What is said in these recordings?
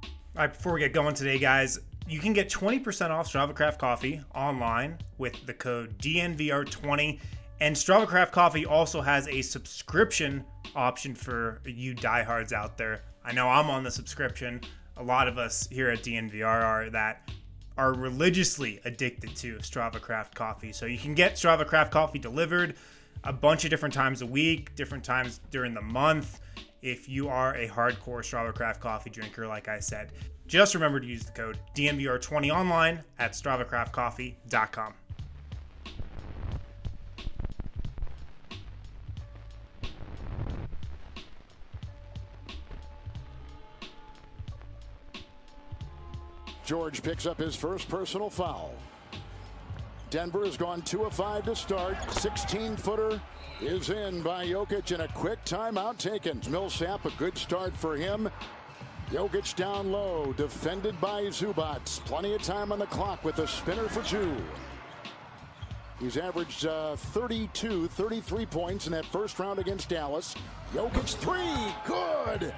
All right, before we get going today, guys, you can get 20% off StravaCraft Coffee online with the code DNVR20. And StravaCraft Coffee also has a subscription option for you diehards out there. I know I'm on the subscription. A lot of us here at DNVR are that are religiously addicted to StravaCraft Coffee. So you can get StravaCraft Coffee delivered a bunch of different times a week, different times during the month. If you are a hardcore StravaCraft coffee drinker, like I said, just remember to use the code DNVR20 online at StravacraftCoffee.com. George picks up his first personal foul. Denver has gone 2 of 5 to start. 16 footer is in by Jokic and a quick timeout taken. Millsap, a good start for him. Jokic down low, defended by Zubats. Plenty of time on the clock with a spinner for two. He's averaged uh, 32, 33 points in that first round against Dallas. Jokic three, good.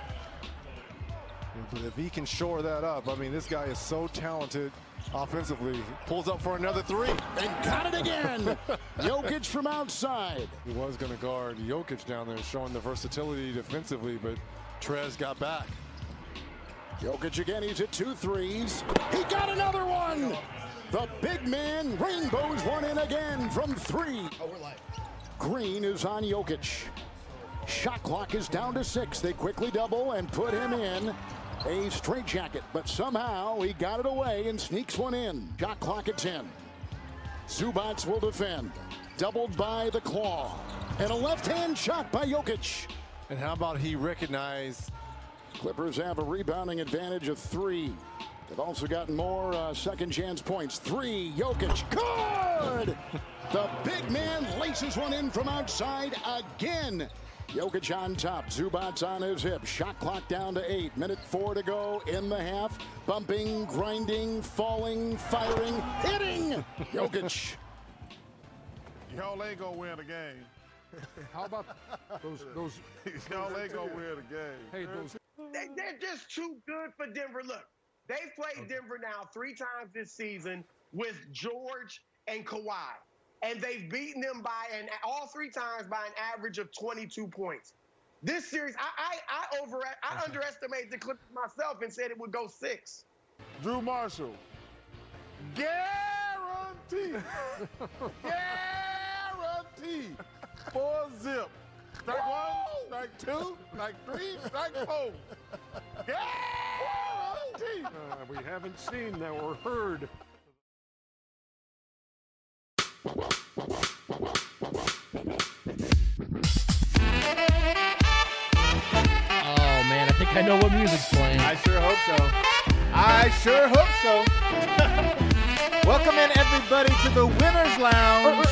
But if he can shore that up, I mean, this guy is so talented offensively. Pulls up for another three. And got it again. Jokic from outside. He was going to guard Jokic down there, showing the versatility defensively, but Trez got back. Jokic again, he's at two threes. He got another one. The big man rainbows one in again from three. Green is on Jokic. Shot clock is down to six. They quickly double and put him in a straitjacket, but somehow he got it away and sneaks one in. Shot clock at 10. Zubats will defend. Doubled by the claw. And a left hand shot by Jokic. And how about he recognized Clippers have a rebounding advantage of three. They've also gotten more uh, second chance points. Three, Jokic, good! the big man laces one in from outside again. Jokic on top, Zubats on his hip. Shot clock down to eight. Minute four to go in the half. Bumping, grinding, falling, firing, hitting. Jokic. Y'all ain't gonna win the game. How about those? Those Y'all ain't gonna win the game. hey, those They, they're just too good for Denver. Look, they've played Denver now three times this season with George and Kawhi, and they've beaten them by an all three times by an average of 22 points. This series, I I, I over I underestimated the Clippers myself and said it would go six. Drew Marshall. Guaranteed. Guaranteed. Four zip. Strike one, strike two, strike three, strike four. Guaranteed. uh, we haven't seen that or heard. Oh man, I think I know what music's playing. I sure hope so. I sure hope so. Welcome in everybody to the Winners Lounge.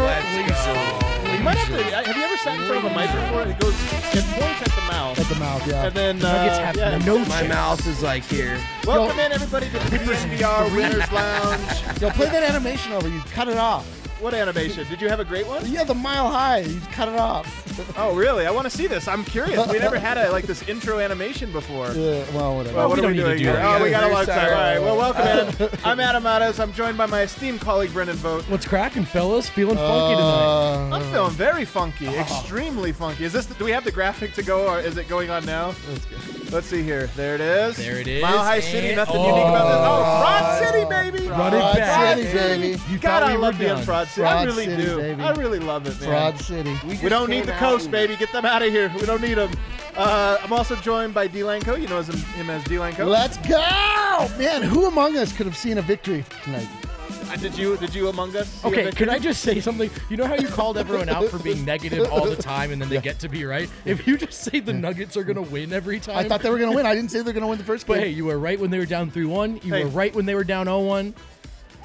Let's go. You might have to. Have you ever sat in front of a mic before? It goes. It points at the mouth. At the mouth, yeah. And then Nuggets uh, have yeah. no My chance. mouth is like here. Welcome in everybody to the DNVR Winners Lounge. Yo, play that animation over. You cut it off. What animation? Did you have a great one? Yeah, the mile high. You cut it off. Oh, really? I want to see this. I'm curious. We never had a like this intro animation before. Yeah, Uh, well, whatever. Well, what we are we don't doing need to do here? that. Oh, we got a lot of Sorry. time. All right. Well, welcome in. I'm Adam Mattis. I'm joined by my esteemed colleague Brendan Vogt. What's cracking, fellas? Feeling Uh, funky tonight. I'm feeling very funky, extremely funky. Is this? Do we have the graphic to go, or is it going on now? Let's see here. There it is. There it is. Mile High City. And- Nothing unique about this. Oh, Fraud City, baby. Run it back. City. You Oh, God, thought I we love were being done. Fraud City. I Fraud really City, do. baby. I really love it, man. Fraud City. We don't need the coast, baby. Get them out of here. We don't need them. Uh, I'm also joined by D Lanco. You know him, him as D Lanco. Let's go, man! Who among us could have seen a victory tonight? Uh, Did you? Did you among us? see Okay, if it- could I just say something? You know how you called everyone out for being negative all the time and then they get to be right? If you just say the Nuggets are going to win every time. I thought they were going to win. I didn't say they're going to win the first But hey, game. you were right when they were down 3 1. You Hey. were right when they were down 0 1.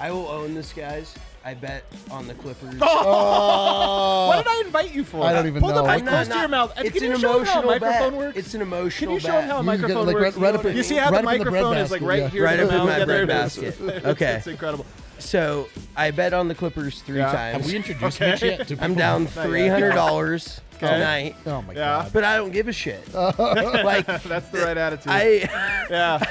I will own this, guys. I bet on the Clippers. Oh! Uh, What did I invite you for? I don't even Pull know. the I mic close to No, no, your mouth. And It's can an you show him how a emotional microphone bet. works? It's an emotional can you show him bet. how a You can get it, microphone like, works? right- right up in- you see how right the up in the microphone is breadbasket, like right yeah. here, Right in the up in mouth? my yeah, there it is. breadbasket. It's- Okay. it's incredible. So I bet on the Clippers three Yeah. times. Have we introduced Okay. Mitch yet to I'm people? down Not yet. three hundred dollars Okay. tonight. Oh my Yeah. God. But I don't give a shit. like like that's the right attitude. I- yeah,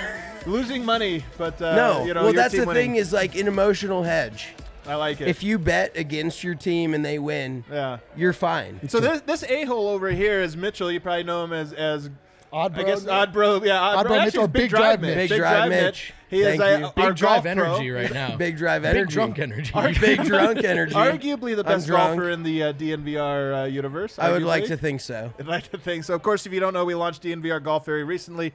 losing money, but uh, no. You know, well, your that's team the winning. thing is like an emotional hedge. I like it. If you bet against your team and they win, yeah, you're fine. So this this a hole over here is Mitchell. You probably know him as as Odd I Bro. guess Odd Bro. Yeah, Odd, Odd Bro. Bro Actually, Mitchell, it's Big, Big Drive Drive Mitch. Mitch. Big Drive Mitch. He is Thank uh, you. our Big golf Drive pro. energy right now. Big Drive energy. drunk energy. Big drunk energy. Arguably the I'm best drunk. golfer in the uh, DNVR uh, universe. I would like arguably. to think so. I'd like to think so. Of course, if you don't know, we launched DNVR Golf very recently.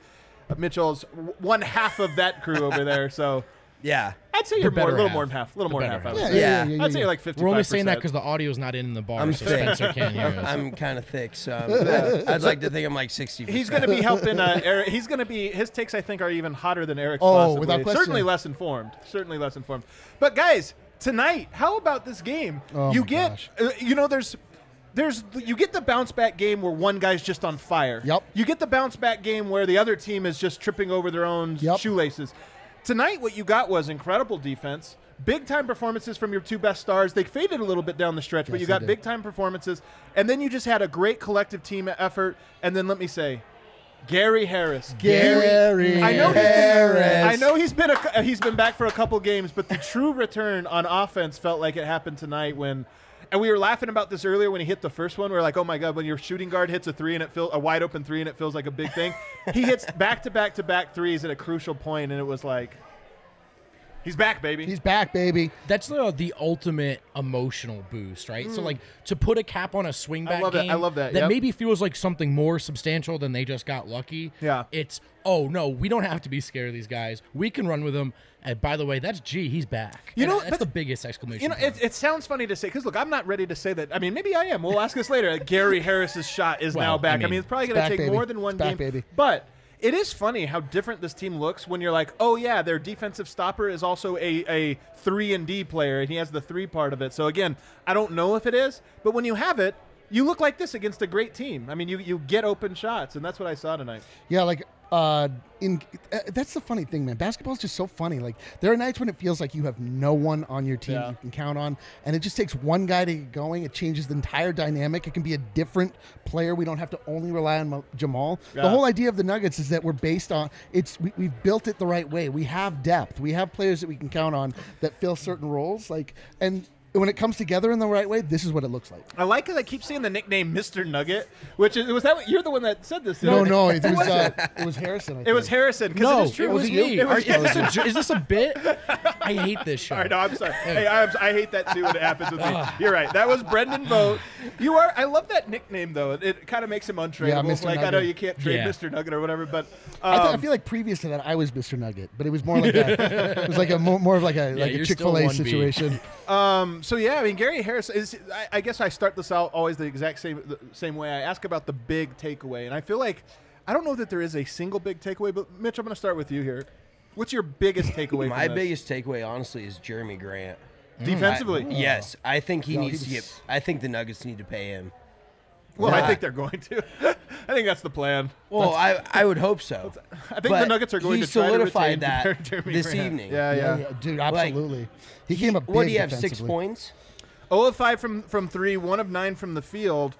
Uh, Mitchell's w- one half of that crew over there. So yeah, I'd say The you're more, a better little half. more than half. A little The more than better half. I half. would say. Yeah, yeah, yeah, yeah, I'd say yeah. you're like 55 We're only saying that because the audio's not in the bar, I'm so thick. Spencer can't hear us. I'm kind of thick, so I'm, I'd like to think I'm like 60. He's going to be helping uh, Eric. He's going to be his takes. I think are even hotter than Eric's. Oh, possibly. without question. Certainly less informed. Certainly less informed. But guys, tonight, how about this game? Oh, you my get, uh, you know, there's. There's you get the bounce back game where one guy's just on fire. Yep. You get the bounce back game where the other team is just tripping over their own shoelaces. Tonight, what you got was incredible defense, big time performances from your two best stars. They faded a little bit down the stretch, but Yes, you they got did. big time performances, and then you just had a great collective team effort. And then let me say, Gary Harris. Gary I know he's been- Harris. I know he's been a, he's been back for a couple games, but the true return on offense felt like it happened tonight when. And we were laughing about this earlier when he hit the first one. We are like, "Oh my god!" When your shooting guard hits a three and it feels a wide open three and it feels like a big thing, he hits back to back to back threes at a crucial point, and it was like, "He's back, baby." He's back, baby. That's the the ultimate emotional boost, right? So Mm. like to put a cap on a swing I back love that. I game love that, That yep. maybe feels like something more substantial than they just got lucky. Yeah. It's oh no, we don't have to be scared of these guys. We can run with them. And by the way, that's G. He's back. You And know, that's but- the biggest exclamation. You know, point. it, it sounds funny to say because look, I'm not ready to say that. I mean, maybe I am. We'll ask this later. Like, Gary Harris's shot is Well, now back. I I mean, mean, it's probably it's going to back, take baby. more than one It's game, back, baby. but. It is funny how different this team looks when you're like, oh yeah, their defensive stopper is also a, a three and D player, and he has the three part of it. So again, I don't know if it is, but when you have it, you look like this against a great team. I mean, you you get open shots, and that's what I saw tonight. Yeah, like uh, in uh, that's the funny thing, man. Basketball's just so funny. Like there are nights when it feels like you have no one on your team Yeah. you can count on, and it just takes one guy to get going. It changes the entire dynamic. It can be a different player. We don't have to only rely on Mo- Jamal. Yeah. The whole idea of the Nuggets is that we're based on it's we, we've built it the right way. We have depth. We have players that we can count on that fill certain roles. Like and when it comes together in the right way, this is what it looks like. I like because I keep seeing the nickname Mister Nugget, which is was that what, you're the one that said this? No, didn't no, you? it Who was uh, it? it was Harrison. I It was think. Harrison. 'cause No, it is true. it was you. me. It was Are- is this a jo- is this a bit? I hate this show. All right, no, I'm sorry. Hey, I'm, I hate that too when it happens with me. You're right. That was Brendan Vogt. You are. I love that nickname though. It, it kind of makes him untradeable. Yeah, Mr. Like I know Nugget. you can't trade Yeah. Mr. Nugget or whatever, but I, th- I um, feel like previous to that, I was Mr. Nugget, but it was more like a, it was like a more, more of like a Yeah, like a you're Chick still Fil A 1B. situation. Um, so yeah, I mean Gary Harris is. I, I guess I start this out always the exact same the same way. I ask about the big takeaway, and I feel like I don't know that there is a single big takeaway. But Mitch, I'm going to start with you here. What's your biggest takeaway? My from this? biggest takeaway, honestly, is Jeremy Grant. Mm. Defensively? I- yes, I think he No, needs he to was- get. I think the Nuggets need to pay him. Well, I Not- think they're going to. I think that's the plan. Well, I, I would hope so. I think the But Nuggets are going he to try to solidified retain that Jeremy this Grant. evening. Yeah, yeah. dude, Like, absolutely. he came up. Big what do you have? Six defensively. points. 0 Oh, of 5 from, from 3, 1 of 9 from the field,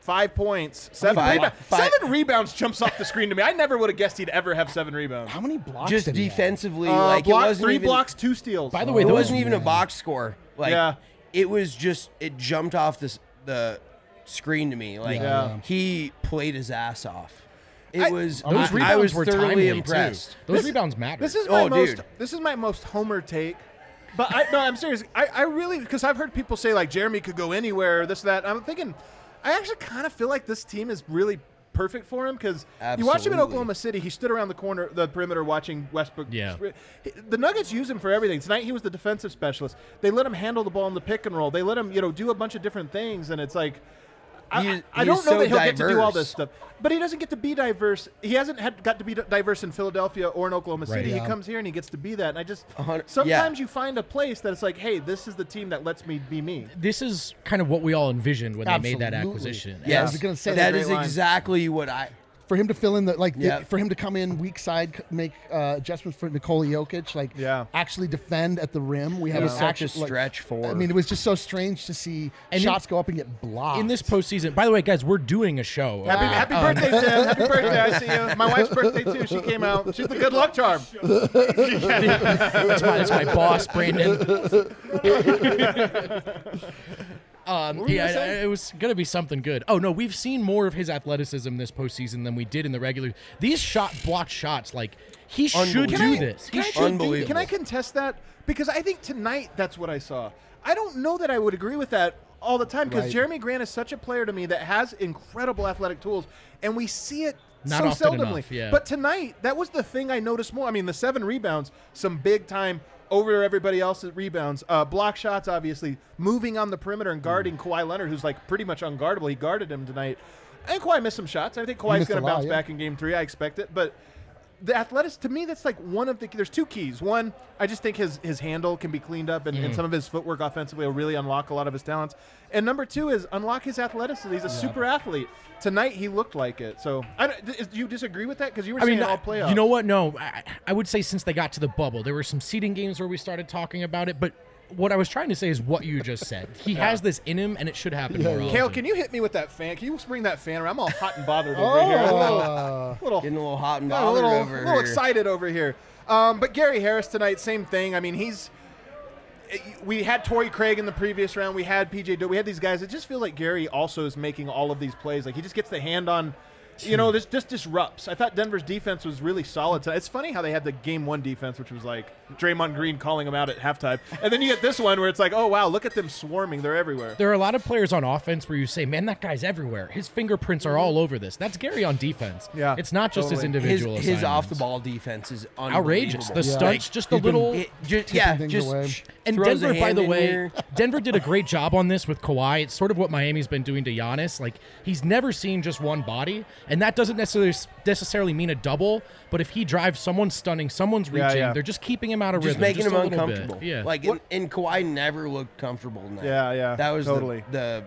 5 points, 7 Five- rebounds. five- 7 rebounds jumps off the screen to me. I never would have guessed he'd ever have 7 rebounds. How many blocks Just defensively, Uh, like block- it wasn't three even, blocks, two steals. By the way, there Oh, wasn't even a man. box score. Like, Yeah. it was just it jumped off this the screen to me. Like Yeah. Yeah. he played his ass off. It I- was. Those I, I rebounds was were thoroughly timely, too. impressed. Those rebounds matter. This is my oh, most. dude. This is my most homer take. But I, no, I'm serious. I, I really because I've heard people say like Jeremy could go anywhere, this that. I'm thinking, I actually kind of feel like this team is really perfect for him because you watch him in Absolutely. Oklahoma City. He stood around the corner, the perimeter, watching Westbrook. Yeah. He- The Nuggets use him for everything. Tonight he was the defensive specialist. They let him handle the ball in the pick and roll. They let him, you know, do a bunch of different things, and it's like. I, He is- I he don't know is so that he'll get to do all diverse. this stuff, but he doesn't get to be diverse. He hasn't had got to be diverse in Philadelphia or in Oklahoma Right. City. He Yeah. comes here and he gets to be that. And I just hundred- sometimes you find a place that it's like, hey, this is the team that lets me be me. This is kind of what we all envisioned when they made that Absolutely. acquisition. Yeah, I And was gonna say that that's a is great line. exactly what I for him to fill in the like the- Yeah. for him to come in weak side, c- make uh, adjustments for Nikola Jokic, like Yeah. actually defend at the rim. We It have was an such a actual, like- stretch four. I mean, it was just so strange to see And in- shots go up and get blocked. in this postseason. By the way, guys, we're doing a show. Happy- okay? happy Um, birthday, Tim. Happy birthday. I see you. My wife's birthday too. She came out. She's the good luck charm. Uh, That's my, that's my boss, Brandon. Um, What were you gonna yeah, say? it, it was going to be something good. Oh no, we've seen more of his athleticism this postseason than we did in the regular. These shot blocked shots, like he should Can do I- this. He Can I, should con- do can I contest that? Because I think tonight that's what I saw. I don't know that I would agree with that all the time because Right. Jeremy Grant is such a player to me that has incredible athletic tools, and we see it Not so often seldomly. enough, yeah. But tonight, that was the thing I noticed more. I mean, the seven rebounds, some big time over everybody else's rebounds, uh, block shots, obviously, moving on the perimeter and Mm. guarding Kawhi Leonard, who's like pretty much unguardable. He guarded him tonight. I think Kawhi missed some shots. I think He Kawhi's missed a going to lot, bounce yeah. back in game three. I expect it. But the athletics, to me, that's like one of the there's two keys. One, I just think his his handle can be cleaned up, and, and Mhm. some of his footwork offensively will really unlock a lot of his talents. And number two is unlock his athleticism. He's a super athlete. Tonight he looked like it. So I don't, th- is- do you disagree with that? Because you were I saying mean, all playoffs. you know what? No, I, I would say since they got to the bubble, there were some seeding games where we started talking about it. But what I was trying to say is what you just said. He Yeah. has this in him, and it should happen more often. Kale, can you hit me with that fan? Can you bring that fan around? I'm all hot and bothered over Oh. here. I'm a little, little- Oh. Getting a little hot and I'm bothered a little, over little here. excited over here. Um, but Gary Harris tonight, same thing. I mean, he's. We had Torrey Craig in the previous round. We had PJ. Doe. We had these guys. It just feels like Gary also is making all of these plays. Like he just gets the hand on. You know, this just disrupts. I thought Denver's defense was really solid tonight. It's funny how they had the game one defense, which was like Draymond Green calling him out at halftime, and then you get this one where it's like, oh wow, look at them swarming. They're everywhere. There are a lot of players on offense where you say, "Man, that guy's everywhere. His fingerprints are all over this." That's Gary on defense. Yeah, it's not just his individual. His, off the ball defense is outrageous. The unbelievable. stunts, Like, just the he's been- little, it ju- yeah, just sh- and throws a Denver, by hand the in way, here. Denver did a great job on this with Kawhi. It's sort of what Miami's been doing to Giannis. Like he's never seen just one body, and that doesn't necessarily necessarily mean a double. But if he drives, someone's stunning, someone's Yeah, reaching. yeah. They're just keeping him out of just rhythm, making just him a little bit. uncomfortable. Yeah, like and, and Kawhi never looked comfortable. In that. Yeah, yeah, That was totally. the,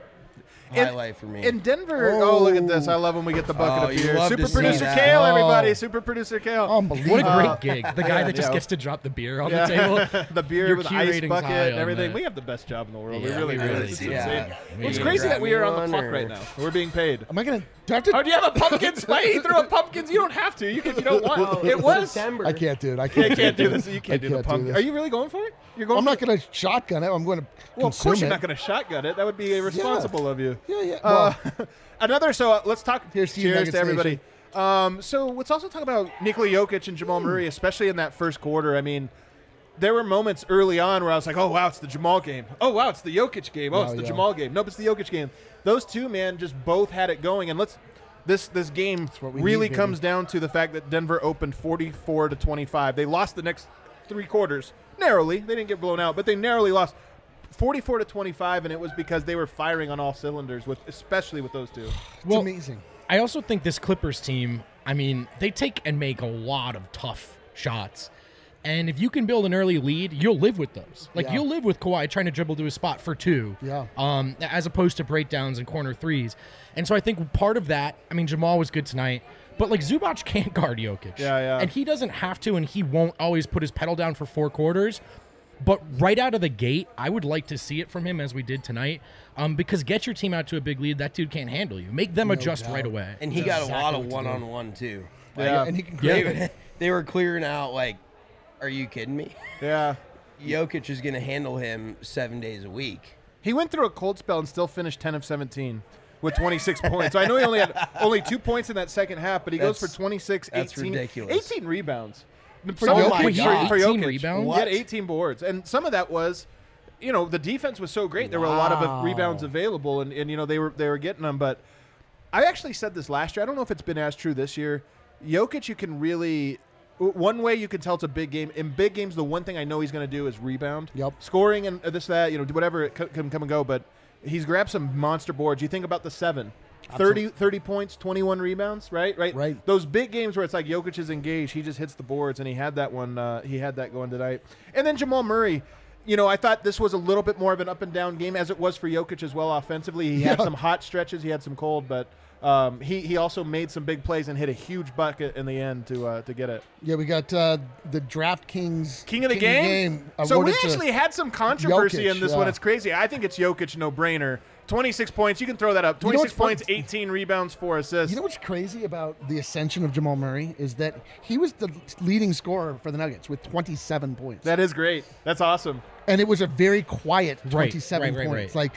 the And- highlight for me. In Denver, oh. look at this! I love when we get the bucket Oh, up you here. love to Super see producer that. Kale, everybody! Oh. Super producer Kale. Oh, What a great gig! The guy that just gets to drop the beer on the table, the beer Your with the Q ice rating's bucket high and on everything. that. We have the best job in the world. we Yeah, really, we really do. really do. It's insane. Yeah. It's We crazy grab that we are on one the clock or- right now. We're being paid. Am I gonna? Do I have to- Oh, do you have a pumpkin spice? He threw a pumpkin. You don't have to. You can if you don't want. Well, Oh, it it's was. September. I can't do it. I Yeah, can't do do this. this. You can't I do the can't do pumpkin. this. Are you really going for it? You're going. I'm for not going to shotgun it. I'm going to. Well, of course consume you're it. not going to shotgun it. That would be irresponsible of you. Yeah, yeah. Uh, another. So uh, let's talk. Cheers to to, you, Nuggets everybody. Nation. Um, so let's also talk about Nikola Jokic and Hmm. Jamal Murray, especially in that first quarter. I mean, there were moments early on where I was like, "Oh wow, it's the Jamal game. Oh wow, it's the Jokic game. Oh, Wow, it's the yeah. Jamal game. Nope, it's the Jokic game." Those two men just both had it going, and let's. This, this game we really need, baby. comes down to the fact that Denver opened 44 to 25. They lost the next three quarters narrowly. They didn't get blown out, but they narrowly lost 44 to 25, and it was because they were firing on all cylinders with, especially with those two. Well, amazing. I also think this Clippers team, I mean, they take and make a lot of tough shots. And if you can build an early lead, you'll live with those. Like Yeah. you'll live with Kawhi trying to dribble to a spot for two. Yeah. Um, as opposed to breakdowns and corner threes. And so I think part of that, I mean, Jamal was good tonight, but like Zubac can't guard Jokic. Yeah, yeah. And he doesn't have to, and he won't always put his pedal down for four quarters. But right out of the gate, I would like to see it from him as we did tonight, um, because get your team out to a big lead. That dude can't handle you. Make them Oh, No adjust doubt. right away. And he got a lot of one on one too. Like, Yeah, and he can they- create. They were clearing out. Like, are you kidding me? Yeah. Jokic is going to handle him seven days a week. He went through a cold spell and still finished 10 of 17 with 26 points. So I know he only had only two points in that second half, but he goes That's- for 26, 18, that's ridiculous. 18 rebounds. For Some Jokic? lines Wait, he had 18 rebounds? He had What? 18 boards, and some of that was, you know, the defense was so great. There were a lot of uh, Wow. rebounds available, and, and you know they were they were getting them. But I actually said this last year. I don't know if it's been as true this year. Jokic, you can really. w- One way you can tell it's a big game. In big games, the one thing I know he's going to do is rebound. Yep. Scoring and uh, this, that, you know, do whatever it c- can come and go. But he's grabbed some monster boards. You think about the seven. 30, 30 points, 21 rebounds, right? Right. Right. Those big games where it's like Jokic is engaged, he just hits the boards, and he had that one. Uh, he had that going tonight. And then Jamal Murray, you know, I thought this was a little bit more of an up and down game as it was for Jokic as well offensively. He had Yeah. some hot stretches, he had some cold, but Um, he he also made some big plays and hit a huge bucket in the end to uh, to get it. Yeah, we got uh, the DraftKings King of the game. so we awarded to- actually had some controversy Jokic, in this one. yeah. It's crazy. I think it's Jokic, no brainer. 26 points. You can throw that up. You know 26 what's fun- points, 18 rebounds, four assists. You know what's crazy about the ascension of Jamal Murray is that he was the leading scorer for the Nuggets with 27 points. that is great. That's awesome. and it was a very quiet Right, 27 right, right, points. right. Like,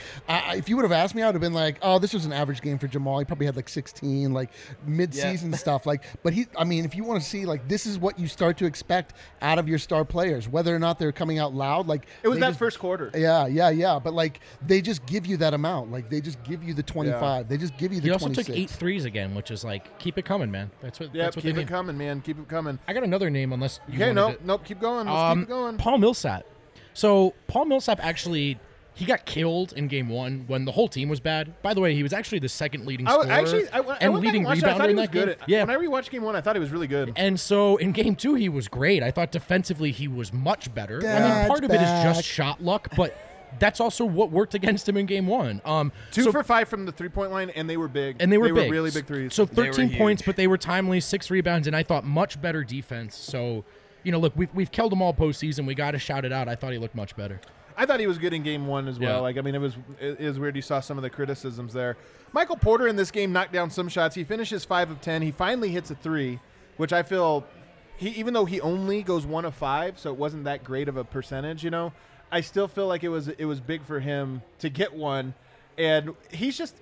I, I- if you would have asked me, I would have been like, "Oh, this was an average game for Jamal. He probably had like 16, like mid-season stuff." Like, but he, I mean, if you want to see, like, this is what you start to expect out of your star players, whether or not they're coming out loud. Like, It was they that just- first quarter. Yeah, yeah, yeah. But like, they just give you that amount. Like, they just give you the 25. They just give you the. He also 26. took eight threes again, which is like keep it coming, man. That's what. Yep, that's what keep they it do. coming, man. Keep it coming. I got another name, unless you Okay, wanted nope, it. nope. Keep going. Let's Um, keep it going. Paul Millsap. So Paul Millsap actually he got killed in game one when the whole team was bad. By the way, he was actually the second leading I scorer was- actually, I, I and went back leading and watched it. I rebounder thought he in was that good. game. At, yeah, When I rewatched game one, I thought he was really good. and so in game two, he was great. I thought defensively he was much better. I Dad's mean, part of it is back. just shot luck, but that's also what worked against him in game one. Um, Two so- for five from the three-point line, and they were big. and they were big. really big threes. So 13 points, but they were timely, six rebounds, and I thought much better defense. So, you know, look, we've, we've killed them all postseason. We got to shout it out. I thought he looked much better. I thought he was good in game one as well. Yeah. Like, I mean, it was it is weird. You saw some of the criticisms there. Michael Porter in this game knocked down some shots. He finishes five of ten. He finally hits a three, which I feel he even though he only goes one of five, so it wasn't that great of a percentage. You know, I still feel like it was it was big for him to get one, and he's just.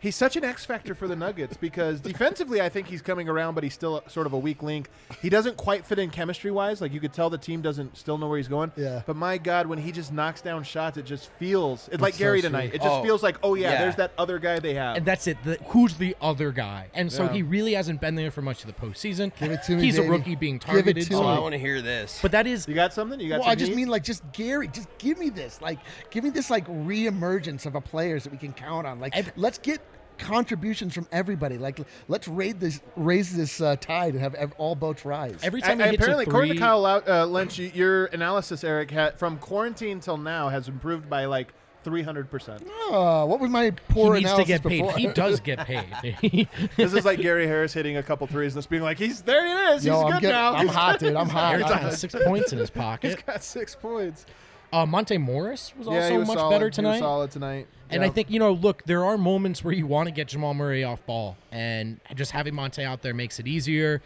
He's such an X factor for the Nuggets because defensively, I think he's coming around, but he's still sort of a weak link. He doesn't quite fit in chemistry wise. Like you could tell, the team doesn't still know where he's going. Yeah. But my God, when he just knocks down shots, it just feels it's, like so Gary sweet. tonight. It just Oh, feels like, oh yeah, yeah. there's that other guy they have. And that's it. The, who's the other guy? And so Yeah. he really hasn't been there for much of the postseason. Give it to me, He's baby. a rookie being Give it targeted. to Oh, me. I want wanna hear this. But that is you got something. You got. well, some I just heat? mean like just Gary, just give me this, like give me this like reemergence of a players that we can count on. Like let's get contributions from everybody. Like l- let's raid this, raise this uh, tide and have ev- all boats rise. Every I- I- apparently, according to Kyle Lou- uh, Lynch, y- your analysis, Eric, ha- from quarantine till now has improved by like 300. percent Uh, what was my poor needs to analysis get paid. before? He does get paid. This is like Gary Harris hitting a couple threes and just being like, he's there. He is. Yo, he's I'm good getting- now. I'm He's hot, good." dude. I'm hot. Eric's got six points in his pocket. He's got six points. Uh, Monte Morris was Yeah, also he was much solid. He better was tonight. solid tonight. And Yeah. I think you know, look, there are moments where you want to get Jamal Murray off ball, and just having Monte out there makes it easier.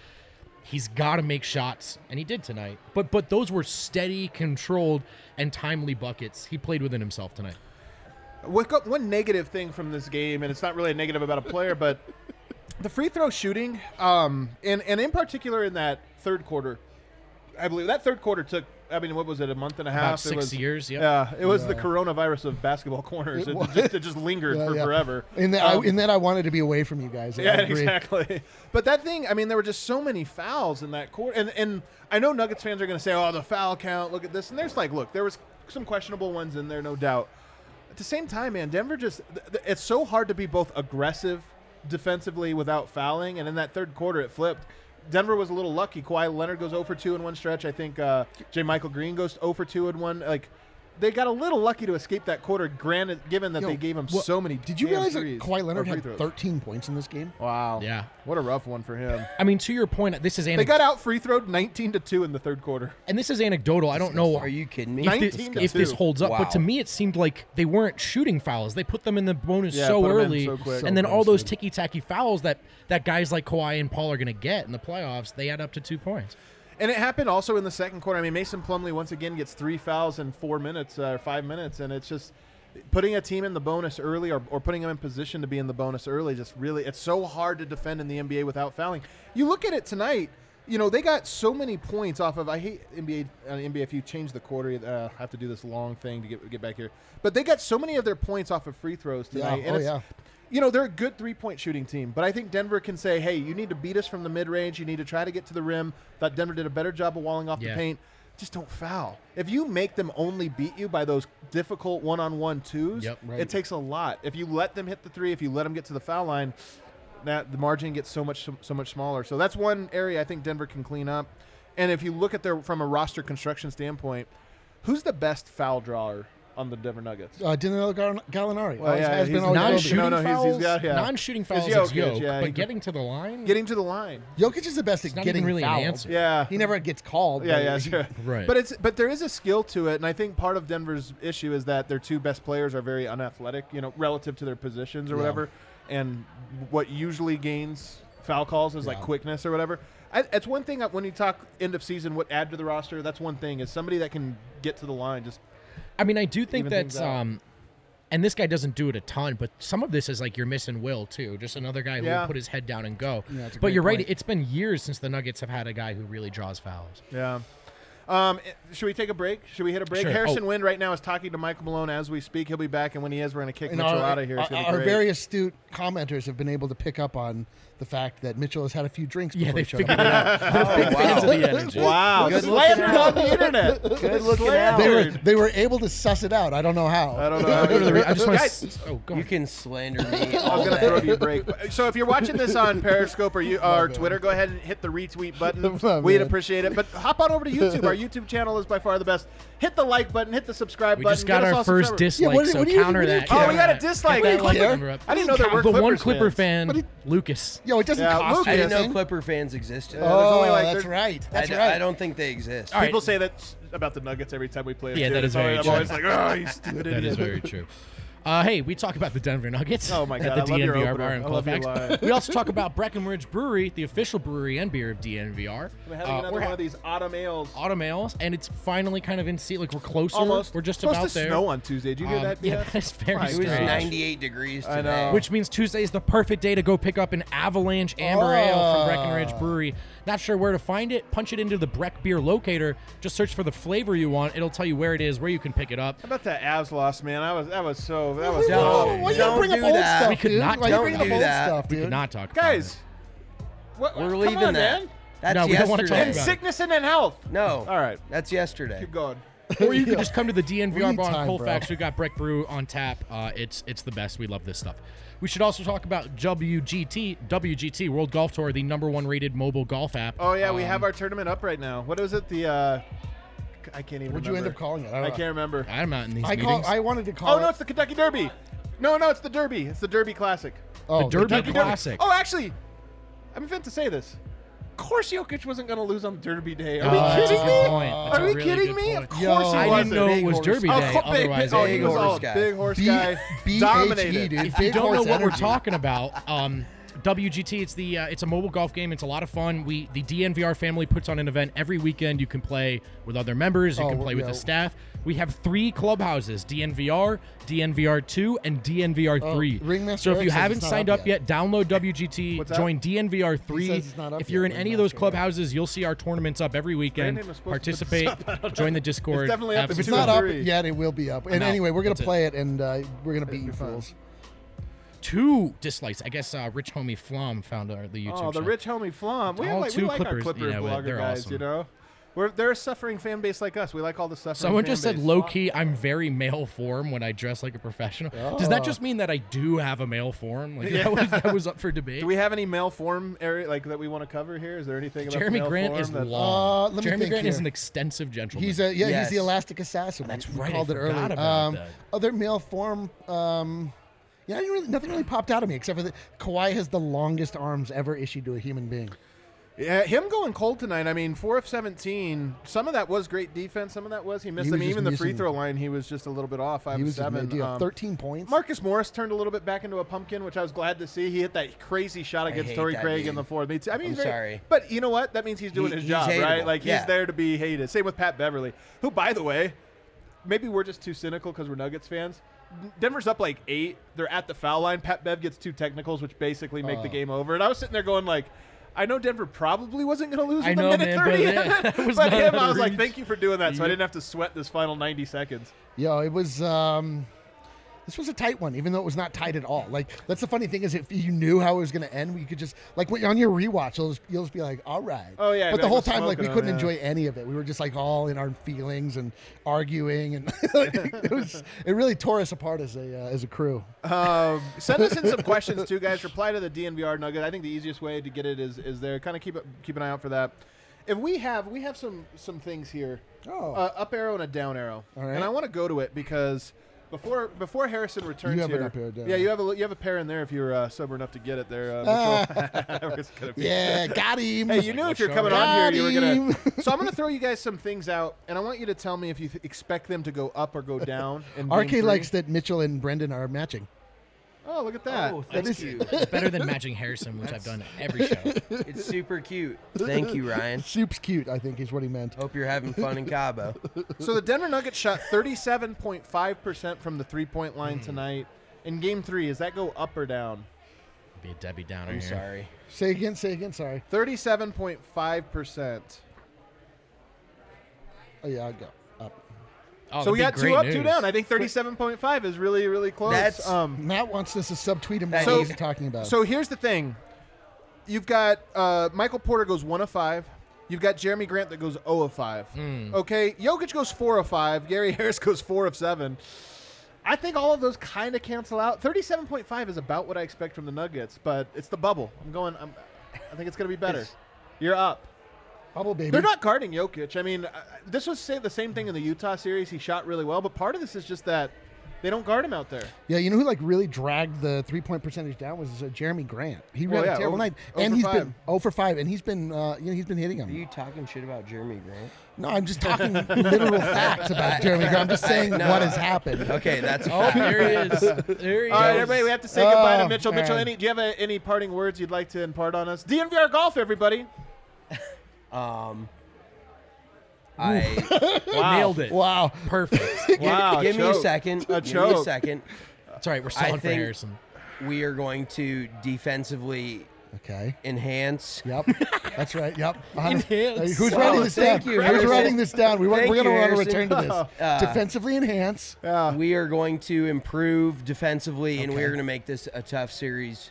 He's got to make shots, and he did tonight. But but those were steady, controlled, and timely buckets. He played within himself tonight. What got- one negative thing from this game, and it's not really a negative about a player, but the free throw shooting, um, and and in particular in that third quarter, I believe that third quarter took. I mean, what was it? A month and a About half. it six was, years, yep. Yeah, it was the Yeah. coronavirus of basketball corners. It It, was. just, it just lingered Yeah, for yeah. forever. In that, Um, I, in that, I wanted to be away from you guys. I yeah, agree. exactly. But that thing, I mean, there were just so many fouls in that quarter, and and I know Nuggets fans are going to say, "Oh, the foul count, look at this." And there's like, look, there was some questionable ones in there, no doubt. At the same time, man, Denver just—it's so hard to be both aggressive defensively without fouling, and in that third quarter, it flipped. Denver was a little lucky. Kawhi Leonard goes 0 for 2 in one stretch. I think uh, J. Michael Green goes 0 for 2 in one. Like, they got a little lucky to escape that quarter. Granted, given that Yo, they gave him what- so many. Did you damn realize that threes Kawhi or Leonard free had throws. 13 points in this game? Wow. Yeah. What a rough one for him. I mean, to your point, this is They anecdotal. got out free throw 19 to 2 in the third quarter. and this is anecdotal. I don't know. Are you kidding me? If, thi- 19 to if this two. holds up, Wow. but to me, it seemed like they weren't shooting fouls. They put them in the bonus Yeah, so put 'em in early, so quick. and then So all those ticky tacky fouls that that guys like Kawhi and Paul are going to get in the playoffs, they add up to two points. And it happened also in the second quarter. I mean, Mason Plumley once again gets three fouls in four minutes uh, or five minutes, and it's just putting a team in the bonus early or, or putting them in position to be in the bonus early. Just really, it's so hard to defend in the NBA without fouling. You look at it tonight. You know they got so many points off of. I hate NBA. Uh, NBA. If you change the quarter, uh, I have to do this long thing to get get back here. But they got so many of their points off of free throws Yeah. tonight. And Oh, it's- yeah. you know, they're a good three point shooting team, but I think Denver can say, hey, you need to beat us from the mid range. You need to try to get to the rim. Thought Denver did a better job of walling off the Yeah. paint. Just don't foul. If you make them only beat you by those difficult one on one twos, Yep, right. it takes a lot. If you let them hit the three, if you let them get to the foul line, that the margin gets so much so much smaller. So that's one area I think Denver can clean up. And if you look at their from a roster construction standpoint, who's the best foul drawer on the Denver Nuggets. Uh, Danilo Gal- Gallinari. Well, always yeah, has he's been always will be. non-shooting No, no, he's- he's fouls- got- yeah. Non-shooting It's fouls is Jokic, yoke, yeah, he- but getting to the line. Getting to the line. Jokic is the best It's at not getting even really an fouled. answer. Yeah. he never gets called. Yeah, but yeah, he- sure. Right. But it's but there is a skill to it, and I think part of Denver's issue is that their two best players are very unathletic, you know, relative to their positions or Yeah. whatever. And what usually gains foul calls is like quickness or whatever. I, it's one thing that when you talk end of season, what add to the roster. That's one thing is somebody that can get to the line. Just I mean, I do think Even things that's out. um, and this guy doesn't do it a ton, but some of this is like you're missing Will too, just another guy who Yeah. will put his head down and go. Yeah, that's a but great you're right; point. it's been years since the Nuggets have had a guy who really draws fouls. yeah. Um, i- should we take a break? Should we hit a break? Sure. Harrison Oh. Wynn right now is talking to Michael Malone as we speak. He'll be back, and when he is, we're going to kick And Mitchell our, out of here. It's our, gonna be our great. very astute commenters have been able to pick up on the fact that Mitchell has had a few drinks before Yeah, they he showed figured up. it out. They're big fans of the energy. wow, Good slandered looking on out. the internet. Good looking out. They were, they were able to suss it out. I don't know how. I don't know. I how go to the you- re- I just want Guys, to. Oh, go You on. can slander me. I was gonna throw you a break. But- So if you're watching this on Periscope or you Oh, or Twitter, go ahead and hit the retweet button. My We'd man. appreciate it. But hop on over to YouTube. Our YouTube channel is by far the best. Hit the like button. Hit the subscribe We button. just got get us our all first subscribers. dislike, what do- so what do you- counter what do you that. care? Oh, we got a Get dislike. that What like do you number care? up. I didn't know there were the one Clippers Clipper fans. fan, But it- Lucas. Yo, it doesn't Yeah, cost Lucas- I didn't know anything. Clipper fans existed. Yeah, there's Oh, only, like, that's there- right. I, That's d- right. I don't think they exist. All right. People say that about the Nuggets every time we play. them, Yeah, too. that is It's always- very I'm true. always like, oh, you stupid That idiot. is very true. Uh, hey, we talk about the Denver Nuggets Oh my God, I at the love your DNVR opener. bar in I love your line. Colfax. We also talk about Breckenridge Brewery, the official brewery and beer of DNVR. We're having Uh, another we're one ha- of these autumn ales. autumn ales, and it's finally kind of in seat. Like we're closer. Almost. We're just supposed about to there. snow on Tuesday. Did you hear Um, that? yeah, BS? that's very My It was gosh. strange. 98 degrees I today. know. Uh, Which means Tuesday is the perfect day to go pick up an Avalanche Amber Ale from Breckenridge Ah. Brewery. Not sure where to find it? Punch it into the Breck Beer Locator. Just search for the flavor you want. It'll tell you where it is, where you can pick it up. How about that Avs loss, man? I was that was so that was Don't- Whoa, bullshit. why you gotta don't bring up do old that. stuff, We could dude? not Why you talk- bringing up Don't old do that. stuff, We dude? could not talk. about guys. it. What, We're come leaving on, that. man. That's No, we don't wanna talk yesterday. In about it. sickness and in health. No. All right. That's yesterday. Keep going. or you could just come to the DNVR Free bar in time, Colfax. bro. We've got Breck Brew on tap. Uh, it's it's the best. We love this stuff. We should also talk about WGT WGT World Golf Tour, the number one rated mobile golf app. Oh yeah, we Um, have our tournament up right now. What was it? The uh, I can't even. What'd you end remember. up calling it? I don't I know. can't remember. I'm not in these I meetings. call. I wanted to call. Oh no, it- it's the Kentucky Derby. No, no, it's the Derby. It's the Derby Classic. oh, the Derby Kentucky Classic. Oh, actually, I'm meant to say this. Of course, Jokic wasn't going to lose on Derby Day. Are Oh, you that's a kidding good me? point. That's Are a you really kidding good me? point. Of course, I he didn't wasn't. know it was Big Derby Oh, Day. big- Otherwise, oh, it he big was would've- all horse guy. big horse B- guy, BHE, dominated. dude. if you Big don't know horse what we're energy. talking about, um, WGT, it's the uh, it's a mobile golf game. It's a lot of fun. We the DNVR family puts on an event every weekend. You can play with other members. You Oh, can play with yeah. the staff. We have three clubhouses: DNVR, DNVR two, and DNVR Oh, three. Ringmaster so if Eric you says haven't it's not signed up up yet, download WGT, What's that? join DNVR three. says it's not up If you're yet, in any of those Ringmaster Eric. clubhouses, you'll see our tournaments up every weekend. Brandon was supposed to put this Participate, join the Discord. definitely up have in some If it's two fun. not or up three. yet, it will be up. And out. anyway, we're gonna That's it. play it, and uh, we're gonna beat you fools. two dislikes. I guess uh, Rich Homie Flom found our, the YouTube. Oh, the show. rich homie Flom. We, have, All like, we two like Clippers, our Clipper you know, blogger they're guys, awesome. you know? We're, they're a suffering fan base like us. We like all the suffering Someone fan just said base. low key. I'm very male form when I dress like a professional. Does that just mean that I do have a male form? Like that, was, that was up for debate. Do we have any male form area like that we want to cover here? Is there anything about Jeremy male Grant form is that- Uh, long. let me Jeremy think Grant is here. an extensive gentleman. He's a yeah. Yes. He's the elastic assassin. That's We right, I Called it forgot earlier. about um, that. Other male form. Um, yeah, I didn't really, nothing really popped out of me except for that Kawhi has the longest arms ever issued to a human being. Yeah, him going cold tonight. I mean, four of seventeen. Some of that was great defense. Some of that was he missed. He I was mean, just even the free missing- throw line, he was just a little bit off. Five He of was just seven. made, yeah, Um, thirteen points. Marcus Morris turned a little bit back into a pumpkin, which I was glad to see. He hit that crazy shot against hate Torrey that Craig in dude. the fourth. Me too. I mean, I'm he's very- sorry. but you know what? That means he's doing He- his he's job, right? hateable. Like he's Yeah. there to be hated. Same with Pat Beverly, who, by the way, maybe we're just too cynical because we're Nuggets fans. Denver's up like eight. They're at the foul line. Pat Bev gets two technicals, which basically make the game over. And I was sitting there going like, I know Denver probably wasn't going to lose I with know, a minute man, but thirty, yeah, that was but not him, out I of was like, reach. thank you for doing that, so I Yep. didn't have to sweat this final ninety seconds. Yo, it was. Um, this was a tight one, even though it was not tight at all. Like that's the funny thing is, if you knew how it was going to end, we could just like when- on your rewatch, you'll just, you'll just be like, "All right." Oh, yeah, But the I whole was time, like we smoking couldn't them, yeah. enjoy any of it. We were just like all in our feelings and arguing, and it was it really tore us apart as a uh, as a crew. Um, send us in some questions too, guys. Reply to the DNVR nugget. I think the easiest way to get it is is there. Kind of keep it, keep an eye out for that. if we have we have some some things here. Oh. Uh, up arrow and a down arrow. All right. And I want to go to it because before before Harrison returns You have an here- up arrow, down yeah, you arrow. have a you have a pair in there if you're uh, sober enough to get it there. Uh, Ah. Mitchell. We're just gonna be- Yeah, got him. Hey, you knew if you're coming Got on here, you were him. gonna. So I'm gonna throw you guys some things out, and I want you to tell me if you th- expect them to go up or go down. in game RK three. likes that Mitchell and Brendan are matching. Oh, look at that! Oh, thank That's- you. It's better than matching Harrison, which I've done every show. It's super cute. Thank you, Ryan. Soup's cute, I think is what he meant. Hope you're having fun in Cabo. So the Denver Nuggets shot 37.5% from the three-point line tonight. In Game Three, does that go up or down? Be a Debbie Downer I'm here. sorry. Say again, say again, sorry. 37.5%. Oh yeah, I'll go up. Oh, so we that'd got be two great up, two news. down. I think 37.5 is really, really close. That's- um, Matt wants us to subtweet him what So- he's talking about. So here's the thing. You've got uh, Michael Porter goes 1 of 5. You've got Jeremy Grant that goes 0 of 5. Okay, Jokic goes 4 of 5. Gary Harris goes 4 of 7. I think all of those kind of cancel out. 37.5 is about what I expect from the Nuggets, but it's the bubble. I'm going I'm, I think it's going to be better. You're up. Bubble baby. They're not guarding Jokic. I mean, uh, this was say the same thing in the Utah series. He shot really well, but part of this is just that they don't guard him out there. Yeah, you know who like really dragged the three point percentage down was uh, Jeremy Grant. He Oh, ran yeah, a terrible oh- night, oh and for he's five. been 0 for five, and he's been uh, you know he's been hitting Are him. you talking shit about Jeremy Grant? No, I'm just talking literal facts about Jeremy Grant. I'm just saying No. what has happened. Okay, that's a Oh, fact. there he is. There he All right, goes. everybody, we have to say goodbye to Oh, Mitchell. Mitchell, man. any, do you have uh any parting words you'd like to impart on us? DNVR golf, everybody. Um, I Nailed it. Wow. Perfect. Wow, give me a choke. second. A give me a choke. second. That's all right. We're I selling for think- Harrison. We are going to defensively Okay. enhance. Yep. That's right. Yep. Honest- Enhance. Who's Wow, writing this thank down? you, Who's Harrison. writing this down? We want, Thank we're going to you, want to return Harrison. to this. Uh, Defensively enhance. We are going to improve defensively, and we Okay. are going to make this a tough series,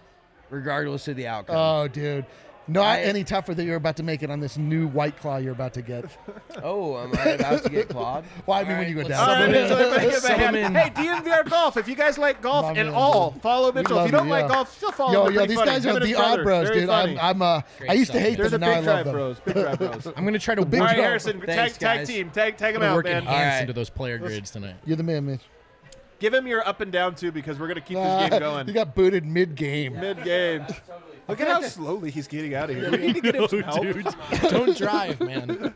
regardless of the outcome. Oh, dude. Not I- any tougher that you're about to make it on this new white claw you're about to get. oh, am I about to get clawed? Well, I mean, All when you go right, down. All right, Sub 'em in. Mitchell, everybody, give Sub a 'em hand. in. Hey, DNVR golf, if you guys like golf Love at you, all, dude. follow We Mitchell. If love you don't you, like yeah. golf, still follow Yo, him. yo, Pretty these funny. guys Him are and the his odd brother. bros, Very dude. funny. I'm, I'm uh, I Great used to stuff. hate There's a them, now big I love tribe, them. bros. Big tribe, bros. I'm gonna try to big All work, right, job. Harrison, Thanks, tag, tag guys. team. Tag, tag him to out, work man. enhance All right. into those player grids tonight. You're the man, Mitch. Give him your up and down, too, because we're going to keep Ah, this game you going. got booted mid game. Mid game. Look at how slowly he's getting out of here. We need to get him some help. Don't drive, man.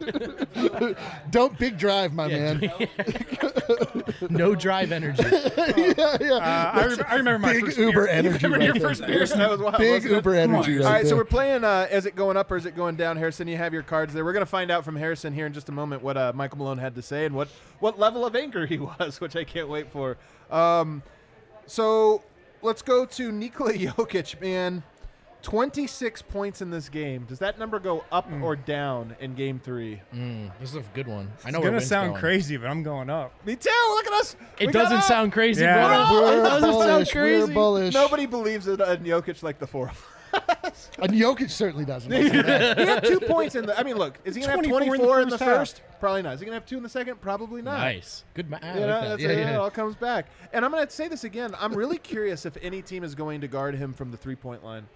Don't big drive, my Yeah, man. Uh, no drive energy. yeah, yeah. Uh, I, rem- I remember my Big first Uber beer. energy. You remember right your there. first beer? That was wild, Big wasn't it? Uber energy. All right, right so there. we're playing. Uh, is it going up or is it going down, Harrison? You have your cards there. We're going to find out from Harrison here in just a moment what uh, Michael Malone had to say and what what level of anger he was, which I can't wait for. Um, so let's go to Nikola Jokic, man. Twenty six points in this game. Does that number go up Hmm. or down in Game Three? This is a good one. I know It's where gonna Wynn's sound going. crazy, but I'm going up. Me too. Look at us. It We got doesn't up. sound crazy, Yeah. bro. we're it doesn't sound bullish. We're crazy. bullish. Nobody believes in, in Jokic like the four of us. And Jokic certainly doesn't. he had two points in the. I mean, look, is he gonna have 24 in the 24 in the first half. first? Probably not. Is he gonna have two in the second? Probably not. Nice. Good match. You know, that's it. It all comes back. And I'm gonna say this again. I'm really curious if any team is going to guard him from the three point line,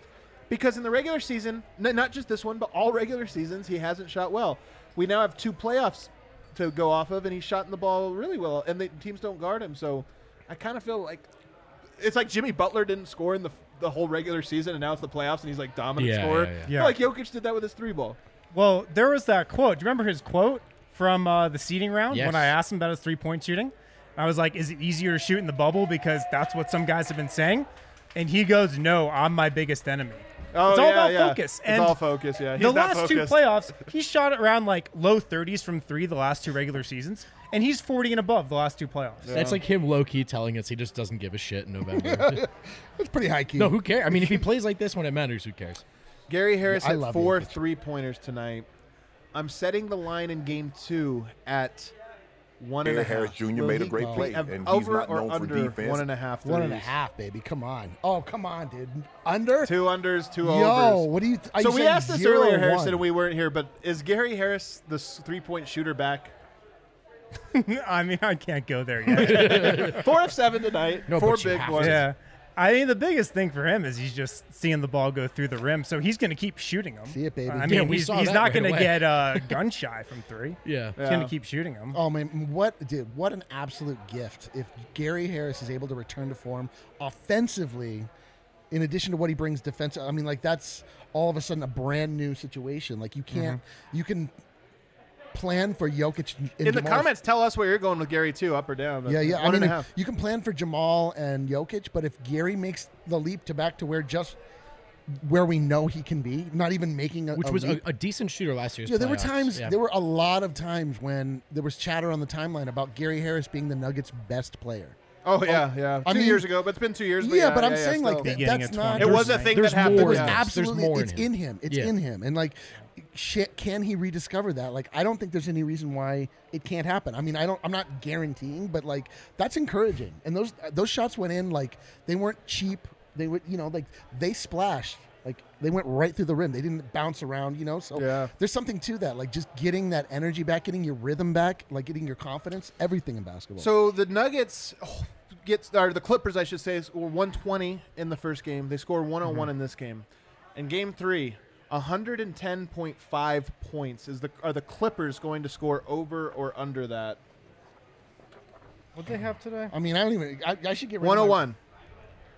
because in the regular season, n- not just this one, but all regular seasons, he hasn't shot well. We now have two playoffs to go off of, and he's shot in the ball really well, and the teams don't guard him. So, I kind of feel like it's like Jimmy Butler didn't score in the. The whole regular season, and now it's the playoffs, and he's like dominant Yeah, scorer. yeah, yeah. Yeah. I feel Like Jokic did that with his three ball. Well, there was that quote. Do you remember his quote from uh, the seeding round Yes. when I asked him about his three point shooting? I was like, is it easier to shoot in the bubble? Because that's what some guys have been saying. And he goes, no, I'm my biggest enemy. Oh, it's all yeah, about yeah. focus. It's And all focus. Yeah, he's the not last two focused. playoffs, he shot around like low 30s from three the last two regular seasons. And he's 40 and above the last two playoffs. That's like him low key telling us he just doesn't give a shit in November. It's pretty high key. no, who cares? I mean, if he plays like this when it matters, who cares? Gary Harris I hit love four Jokic. three pointers tonight. I'm setting the line in game two at one and a Gary half. Harris Jr. Will made a he great play, have and he's over not or known for under defense. One and a half. One and a threes? half, baby. Come on. Oh, come on, dude. Under? Two unders, two Yo, overs. what do you? Th- are so you we saying asked this zero earlier, or Harrison, one? and we weren't here. But is Gary Harris the three point shooter back? I mean, I can't go there yet. Four of seven tonight. No, four but you big have ones. to. yeah. I think the biggest thing for him is he's just seeing the ball go through the rim, so he's going to keep shooting them. See it, baby. I Yeah, mean, we he's, saw he's that not right going to away. get uh, gun shy from three. Yeah. he's going to keep shooting them. Oh man, what dude? What an absolute gift! If Gary Harris is able to return to form offensively, in addition to what he brings defense, I mean, like that's all of a sudden a brand new situation. Like you can't, you can plan for Jokic and Mm-hmm. In the Jamal's- comments, tell us where you're going with Gary too, up or down. Yeah, yeah. One I and mean, a half. you can plan for Jamal and Jokic, but if Gary makes the leap to back to where just where we know he can be, not even making a Which was a, leap- a decent shooter last year's. yeah, there were playoffs. times. Yeah. There were a lot of times when there was chatter on the timeline about Gary Harris being the Nuggets' best player. Oh yeah, yeah. Two I mean- years ago, but it's been two years. Yeah, but I'm saying like still. that, that's not. It was a thing that happened. There was yeah. absolutely. it's in him. It's Yeah. in him. And like, shit, can he rediscover that? Like, I don't think there's any reason why it can't happen. I mean, I don't. I'm not guaranteeing, but like, that's encouraging. And those those shots went in. Like, they weren't cheap. They would, you know, like they splashed. Like they went right through the rim. They didn't bounce around, you know. So there's something to that. Like just getting that energy back, getting your rhythm back, like getting your confidence, everything in basketball. So the Nuggets oh, gets or the Clippers, I should say, is- were 120 in the first game. They scored 101 Mhm. in this game. In game three, 110.5 points is the are the Clippers going to score over or under that? What they have today? I mean, I don't even. I, I should get rid Of 101.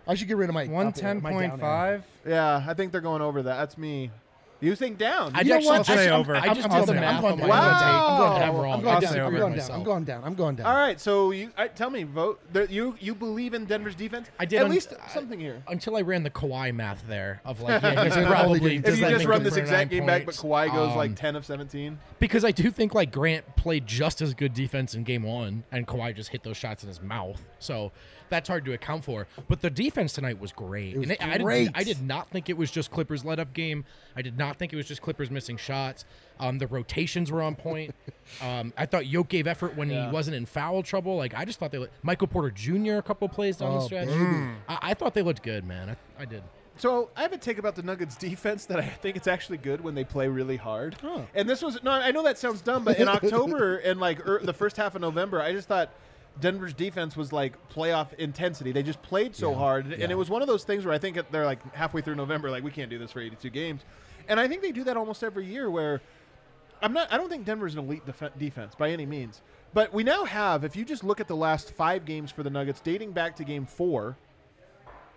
my, I should get rid of my One ten point five. Yeah, I think they're going over that. That's me. You think down? I'd You know actually what? say I'm- over. I'm- I just I'm did going the down. math I'm going on my down. own take. I'm going down. Wow. I'm I'm going down. I'm going down. I'm going down. I'm going down. All right, so you I, tell me, vote. There, you you believe in Denver's defense? I did at un- least I- something here. Until I ran the Kawhi math there of like, yeah, he's probably if you just doesn't run make this it for exact nine game back, but points. Kawhi goes Um, like ten of seventeen. Because I do think like Grant played just as good defense in game one, and Kawhi just hit those shots in his mouth. So that's hard to account for. But the defense tonight was great. It was and I- I, great. Did, I did not think it was just Clippers let up game. I did not think it was just Clippers missing shots. Um, the rotations were on point. um, I thought Yoke gave effort when Yeah. he wasn't in foul trouble. Like I just thought they let Michael Porter Jr. a couple plays down the Oh, stretch. baby. Mm. I, I thought they looked good, man. I, I did. So I have a take about the Nuggets defense that I think it's actually good when they play really hard. And this was no, I know that sounds dumb, but in October and like er, the first half of November, I just thought Denver's defense was like playoff intensity. They just played so hard, and it was one of those things where I think they're like halfway through November, like we can't do this for 82 games, and I think they do that almost every year where. I'm not. I don't think Denver's an elite def- defense by any means. But we now have, if you just look at the last five games for the Nuggets, dating back to Game Four,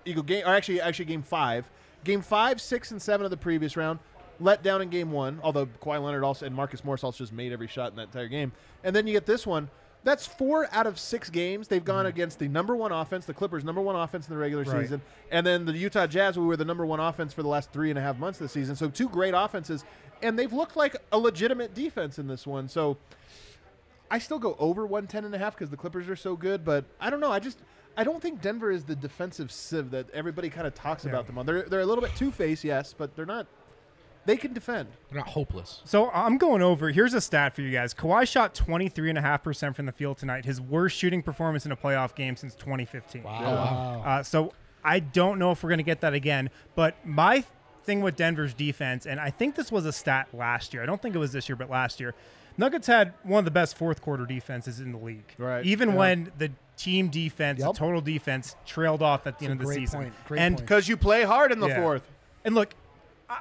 Eagle game, or actually, actually Game Five, Game Five, Six, and Seven of the previous round, let down in Game One. Although Kawhi Leonard also and Marcus Morris also just made every shot in that entire game, and then you get this one. That's four out of six games they've gone against the number one offense, the Clippers' number one offense in the regular Right. season, and then the Utah Jazz, we were the number one offense for the last three and a half months this season. So two great offenses, and they've looked like a legitimate defense in this one. So I still go over 110 and a half because the Clippers are so good, but I don't know. I just I don't think Denver is the defensive sieve that everybody kind of talks about them on. They're they're a little bit two faced, yes, but they're not. They can defend. They're not hopeless. So I'm going over. Here's a stat for you guys. Kawhi shot 23.5% from the field tonight, his worst shooting performance in a playoff game since 2015. Wow. Wow. Uh, so I don't know if we're going to get that again. But my thing with Denver's defense, and I think this was a stat last year. I don't think it was this year, but last year. Nuggets had one of the best fourth quarter defenses in the league. Right. Even yeah. when the team defense, the total defense, trailed off at the It's end a of the great season. point, great point. 'Cause you play hard in the fourth. And look, I-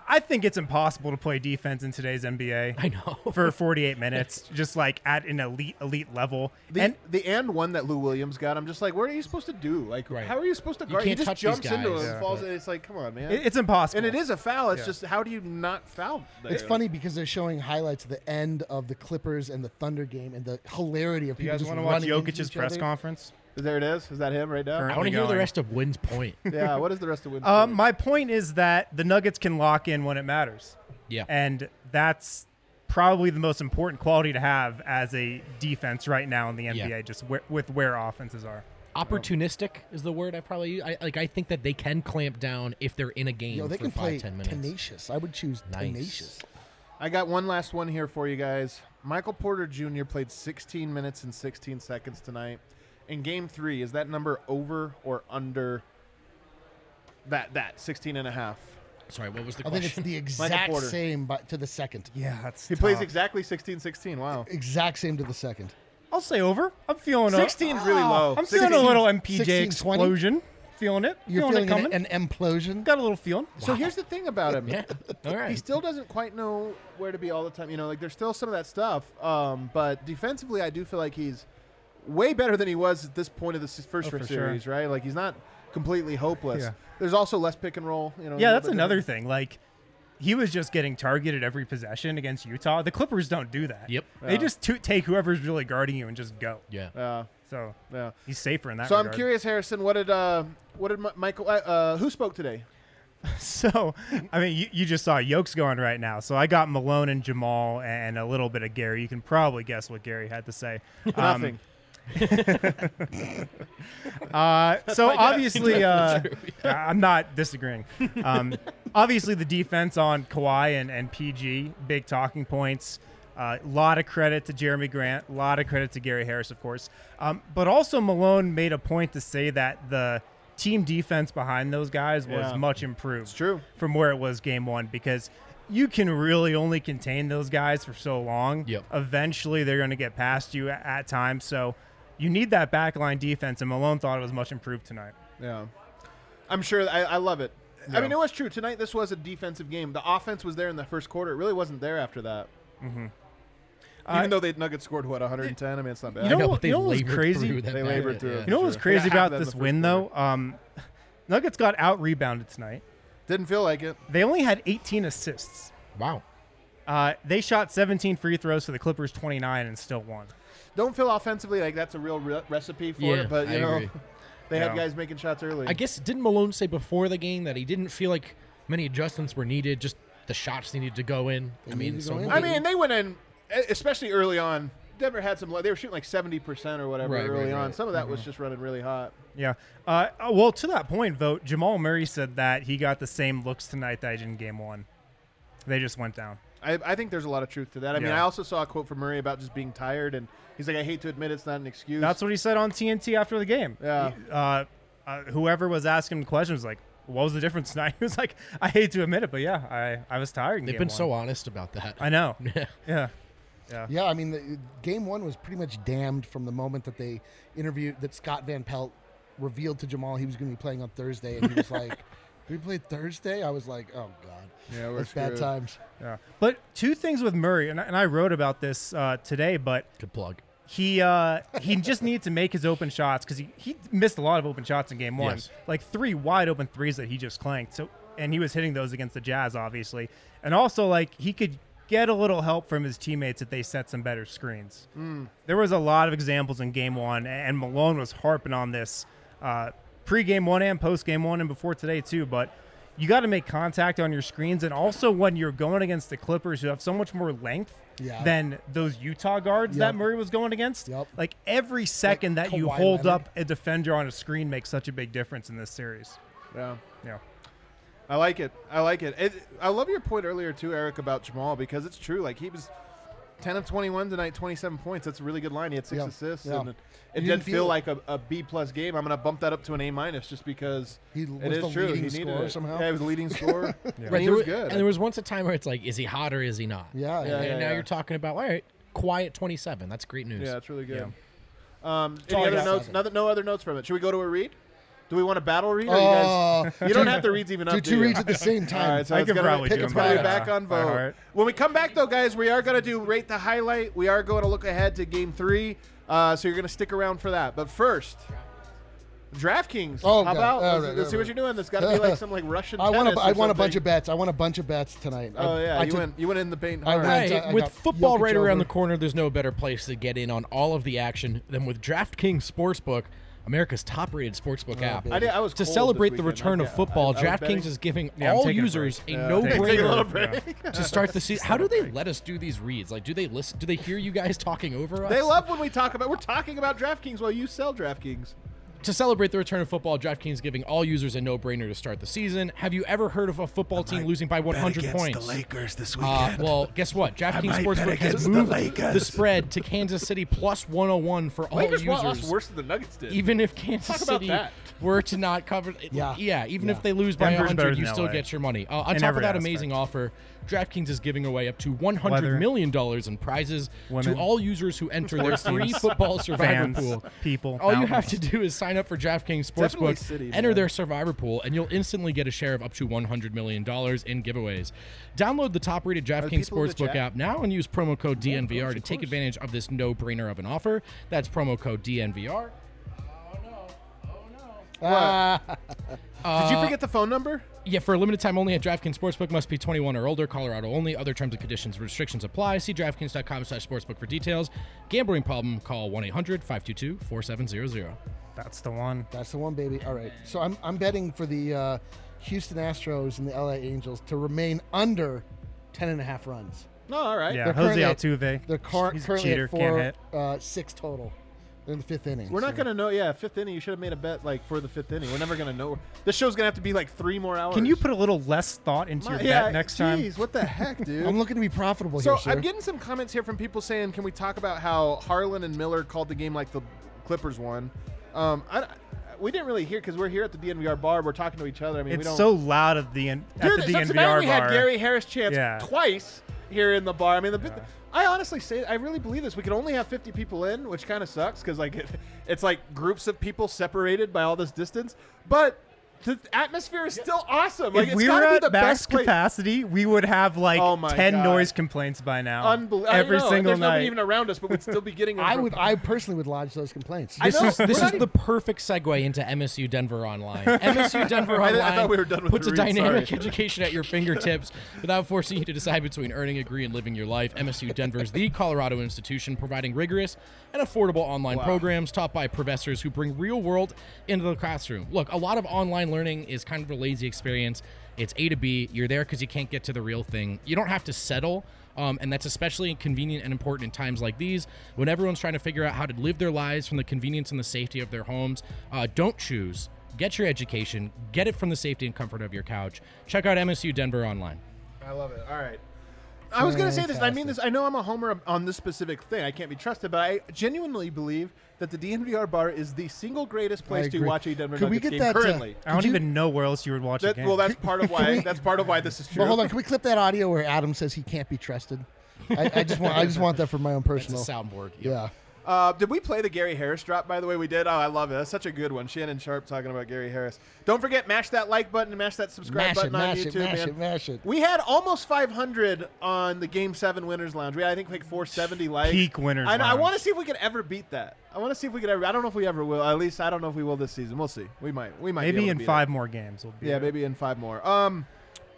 I think it's impossible to play defense in today's NBA. I know for 48 minutes, just like at an elite elite level. The and and, the and one that Lou Williams got, I'm just like, what are you supposed to do? Like, how are you supposed to You guard? can't he just touch these jumps into guys, him, Yeah. falls, but- and it's like, come on, man, It- it's impossible. And it is a foul. It's Yeah. just how do you not foul? There? It's funny because they're showing highlights of the end of the Clippers and the Thunder game and the hilarity of You people guys just wanna watch running into Jokic's each press other. conference? There it is. Is that him right now? I want to hear the rest of Wynn's point. Yeah, what is the rest of Wynn's Um, my point is that the Nuggets can lock in when it matters. Yeah. And that's probably the most important quality to have as a defense right now in the NBA, just where, with where offenses are. opportunistic is the word I probably use. I, like I think that they can clamp down if they're in a game Yo, they for can five, play ten minutes. tenacious. I would choose Nice. tenacious. I got one last one here for you guys. Michael Porter Jr. played 16 minutes and 16 seconds tonight. In game three, is that number over or under that that 16 and a half? Sorry, what was the I think it's the exact same, but to the second. Yeah, that's He plays exactly 16 16. Wow. exact same to the second. I'll say over. I'm feeling a- 16 is really low. I'm feeling a 16 little MPJ 16, 20? explosion. Feeling it. You're feeling, it feeling coming. an, an implosion. Got a little feeling. So here's the thing about him. All right. He still doesn't quite know where to be all the time. You know, like there's still some of that stuff. Um, but defensively, I do feel like he's way better than he was at this point of the s- first Oh, for sure. series, right? Like he's not completely hopeless. Yeah. There's also less pick and roll. You know. yeah, that's another thing. Like, he was just getting targeted every possession against Utah. The Clippers don't do that. Yep. They Yeah. just to take whoever's really guarding you and just go. Yeah. Yeah. So yeah. he's safer in that So I'm regard. curious, Harrison. What did uh, what did Mi- Michael? Uh, uh, who spoke today? So, I mean, you, you just saw Yoke's going right now. So I got Malone and Jamal and a little bit of Gary. You can probably guess what Gary had to say. Nothing. uh, That's so my guess. obviously, uh, That's true, yeah. I'm not disagreeing. Um, obviously, the defense on Kawhi and, and PG, big talking points. A lot of credit to Jeremy Grant. A lot of credit to Gary Harris, of course. Um, but also, Malone made a point to say that the team defense behind those guys was Yeah. much improved. It's true. From where it was game one because you can really only contain those guys for so long. Yep. Eventually, they're going to get past you at, at times. So you need that backline defense, and Malone thought it was much improved tonight. Yeah. I'm sure. I, I love it. Yeah. I mean, it was true. Tonight, this was a defensive game. The offense was there in the first quarter. It really wasn't there after that. Mm-hmm. Even Uh, though they Nuggets scored what 110. I mean, it's not bad. You know, what- you know what was crazy? They labored through. it, You know what was sure. crazy Yeah, half about of that in this the win, though? Um, Nuggets got out rebounded tonight. Didn't feel like it. They only had 18 assists. Wow. Uh, they shot 17 free throws to the Clippers 29 and still won. first- Don't feel offensively like that's a real re- recipe for Yeah, it. But you I know, agree. they Yeah. had guys making shots early. I guess didn't Malone say before the game that he didn't feel like many adjustments were needed, just the shots needed to go in. I mean, so I mean, they went in, e- especially early on. Denver had some. They were shooting like 70 percent or whatever Right, early right, on. right. Some of that was Mhm. just running really hot. Yeah. Uh, oh, well, to that point, vote Jamal Murray said that he got the same looks tonight that he did in game one. They just went down. I, I think there's a lot of truth to that. I mean, Yeah. I also saw a quote from Murray about just being tired, and he's like, "I hate to admit it's not an excuse." That's what he said on TNT after the game. Yeah. Uh, uh, whoever was asking him questions was like, "What was the difference tonight?" He was like, "I hate to admit it, but yeah, I, I was tired." in They've game been one." so honest about that. I know. yeah. Yeah. Yeah, I mean, the, game one was pretty much damned from the moment that they interviewed that Scott Van Pelt revealed to Jamal he was going to be playing on Thursday, and he was like, "We played Thursday." I was like, "Oh God, yeah, that's bad times." Yeah. But two things with Murray, and, I- and I wrote about this uh, today, but good plug. He uh, he just needs to make his open shots because he, he missed a lot of open shots in game one, Yes. like three wide open threes that he just clanked. So and he was hitting those against the Jazz, obviously, and also like he could get a little help from his teammates if they set some better screens. Mm. There was a lot of examples in game one, and Malone was harping on this uh, pre game one and post game one and before today, too. But you got to make contact on your screens. And also, when you're going against the Clippers, who have so much more length Yeah. than those Utah guards Yep. that Murray was going against, like every second that you Kawhi hold Leonard. up a defender on a screen makes such a big difference in this series. Yeah. Yeah. I like it. I like it. it. I love your point earlier too, Eric, about Jamal because it's true. Like he was ten of twenty-one tonight, twenty-seven points. That's a really good line. He had six Yeah, assists, yeah. and it, it You didn't did feel feel it. like a, a B plus game. I'm going to bump that up to an A minus just because he it was is the true. leading he needed scorer it. somehow. Yeah, he was the leading scorer. And Right, he there was wa- good. And there was once a time where it's like, is he hot or is he not? Yeah, And, yeah, then yeah, now yeah. you're talking about all right, quiet 27. That's great news. Yeah, it's really good. Yeah. Um, That's all any I other got. notes? Nothing, no other notes from it. Should we go to a read? Do we want a battle read? Or Oh. you, guys, you don't have to reads even Do up. two you? reads at the same time. uh, All right, so I it's could gonna- probably pick do it's them probably by- back on by vote. heart. When we come back, though, guys, we are gonna do rate the highlight. We are going to look ahead to Game Three, uh, so you're gonna stick around for that. But first. DraftKings. Oh, how God. about? All let's right, let's see right, what you're doing. There's got to be like some like Russian. I want tennis a, or I want a something. bunch of bets. I want a bunch of bets tonight. Oh I, yeah, I you took- went. You went in the paint. I hard. went, Hey, uh, I with got football Jokic right around over. the corner, there's no better place to get in on all of the action than with DraftKings Sportsbook, America's top-rated sportsbook Oh, app. baby. I did- I was to cold celebrate this the weekend. return I- of yeah, football, I- I was betting. DraftKings is giving Yeah, I'm all taking a users a break. Yeah. Take a little no-brainer break. to start the season. How do they let us do these reads? Like, do they listen? Do they hear you guys talking over us? They love when we talk about. We're talking about DraftKings while you sell DraftKings. To celebrate the return of football, DraftKings is giving all users a no-brainer to start the season. Have you ever heard of a football team losing by 100 against points? the Lakers this Uh, weekend. well, guess what? DraftKings might bet Sportsbook has against the moved the, Lakers. spread to Kansas City plus 101 for all Lakers users. lost worse than the Nuggets did. Even if Kansas Talk about City that. were to not cover, yeah, yeah even Yeah. if they lose by Denver's better 100, you than still LA. get your money. Uh, on In top of every that amazing offer, DraftKings is giving away up to 100 million dollars in prizes Women. to all users who enter their Sports free teams. football survivor Fans. pool. People. all you have Mountains. to do is sign up for DraftKings Definitely Sportsbook, city, enter man. their survivor pool, and you'll instantly get a share of up to 100 million dollars in giveaways. Download the top-rated DraftKings people in the Sportsbook chat? app now and use promo code DNVR to take advantage of this no-brainer of an offer. That's promo code DNVR. Oh, Ah, Did you forget the phone number? Yeah, for a limited time only at DraftKings Sportsbook. Must be 21 or older. Colorado only. Other terms and conditions and restrictions apply. See DraftKings.com/sportsbook for details. Gambling problem? Call 1-800-522-4700. That's the one. That's the one, baby. All right. So I'm, I'm betting for the uh, Houston Astros and the LA Angels to remain under 10 and a half runs. No, all right. Yeah, They're Jose currently at- Altuve. They're cur- He's a currently cheater, at 4 can't hit. Uh, six total. They're in the fifth inning. We're so- not gonna know. Yeah, fifth inning. You should have made a bet like for the fifth inning. We're never gonna know. This show's gonna have to be like three more hours. Can you put a little less thought into your yeah, bet next time? Jeez, what the heck, dude? I'm looking to be profitable So here, sir. I'm getting some comments here from people saying, "Can we talk about how Harlan and Miller called the game like the Clippers won?" Um, I, we didn't really hear because we're here at the DNVR bar. We're talking to each other. I mean, we it's don't. so loud at the end. At Dude, the so DNVR tonight we bar. had Gary Harris chance Yeah. twice here in the bar. I mean, the, I honestly say I really believe this. We could only have 50 people in, which kind of sucks because like it, it's like groups of people separated by all this distance. But the atmosphere is still awesome. Like if it's we gotta were be at the max best place. capacity, we would have like Oh 10 my God. noise complaints by now. Unbelievable. Oh. Every single There's night. nobody even around us, but we'd still be getting. them I from- would. I personally would lodge those complaints. This is this is the perfect segue into MSU Denver Online. MSU Denver I Online didn't- I thought we were done with puts the a read, dynamic sorry. education at your fingertips without forcing you to decide between earning a degree and living your life. MSU Denver is the Colorado institution providing rigorous and affordable online Wow. programs taught by professors who bring real world into the classroom. Look, a lot of online learning is kind of a lazy experience. It's A to B. You're there because you can't get to the real thing. You don't have to settle. Um, and that's especially convenient and important in times like these when everyone's trying to figure out how to live their lives from the convenience and the safety of their homes. Uh, don't choose. Get your education. Get it from the safety and comfort of your couch. Check out MSU Denver online. I love it. All right. I was going to say this, and I mean this. I know I'm a homer on this specific thing. I can't be trusted, but I genuinely believe that the DNVR bar is the single greatest place to agree. watch a Denver Could we get Nuggets game that, uh, currently. I don't even know where else you would watch That- a game. well, that's part of why. we- that's part of why this is true. But hold on, can we clip that audio where Adam says he can't be trusted? I, I just want. I just want that for my own That's a personal soundboard. Yeah. Uh, did we play the Gary Harris drop? By the way, we did. Oh, I love it. That's such a good one. Shannon Sharp talking about Gary Harris. Don't forget, mash that like button and mash that subscribe Mash it, button on mash it, YouTube, mash man. it, mash it. We had almost 500 on the Game Seven Winners Lounge. We had, I think, like 470 likes. Peak Winners I, know- I Lounge. want to see if we can ever beat that. I want to see if we could ever. I don't know if we ever will. At least I don't know if we will this season. We'll see. We might. We might. be able Maybe to in beat it. five more games. We'll be Yeah, there. maybe in five more. Um,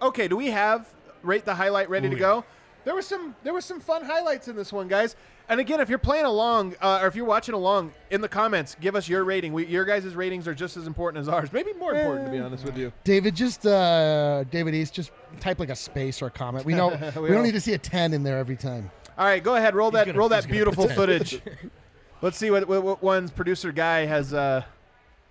okay. Do we have rate the highlight ready Ooh, to go? There was some there was some fun highlights in this one, guys. And again, if you're playing along uh, or if you're watching along in the comments, give us your rating. We, your guys' ratings are just as important as ours, maybe more important Eh. to be honest with you. David, just uh, David East, just type like a space or a comment. We know We we, will. don't need to see a ten in there every time. All right, go ahead, roll that gonna- roll he's that gonna beautiful pretend. footage. Let's see what, what, what one's producer guy has uh,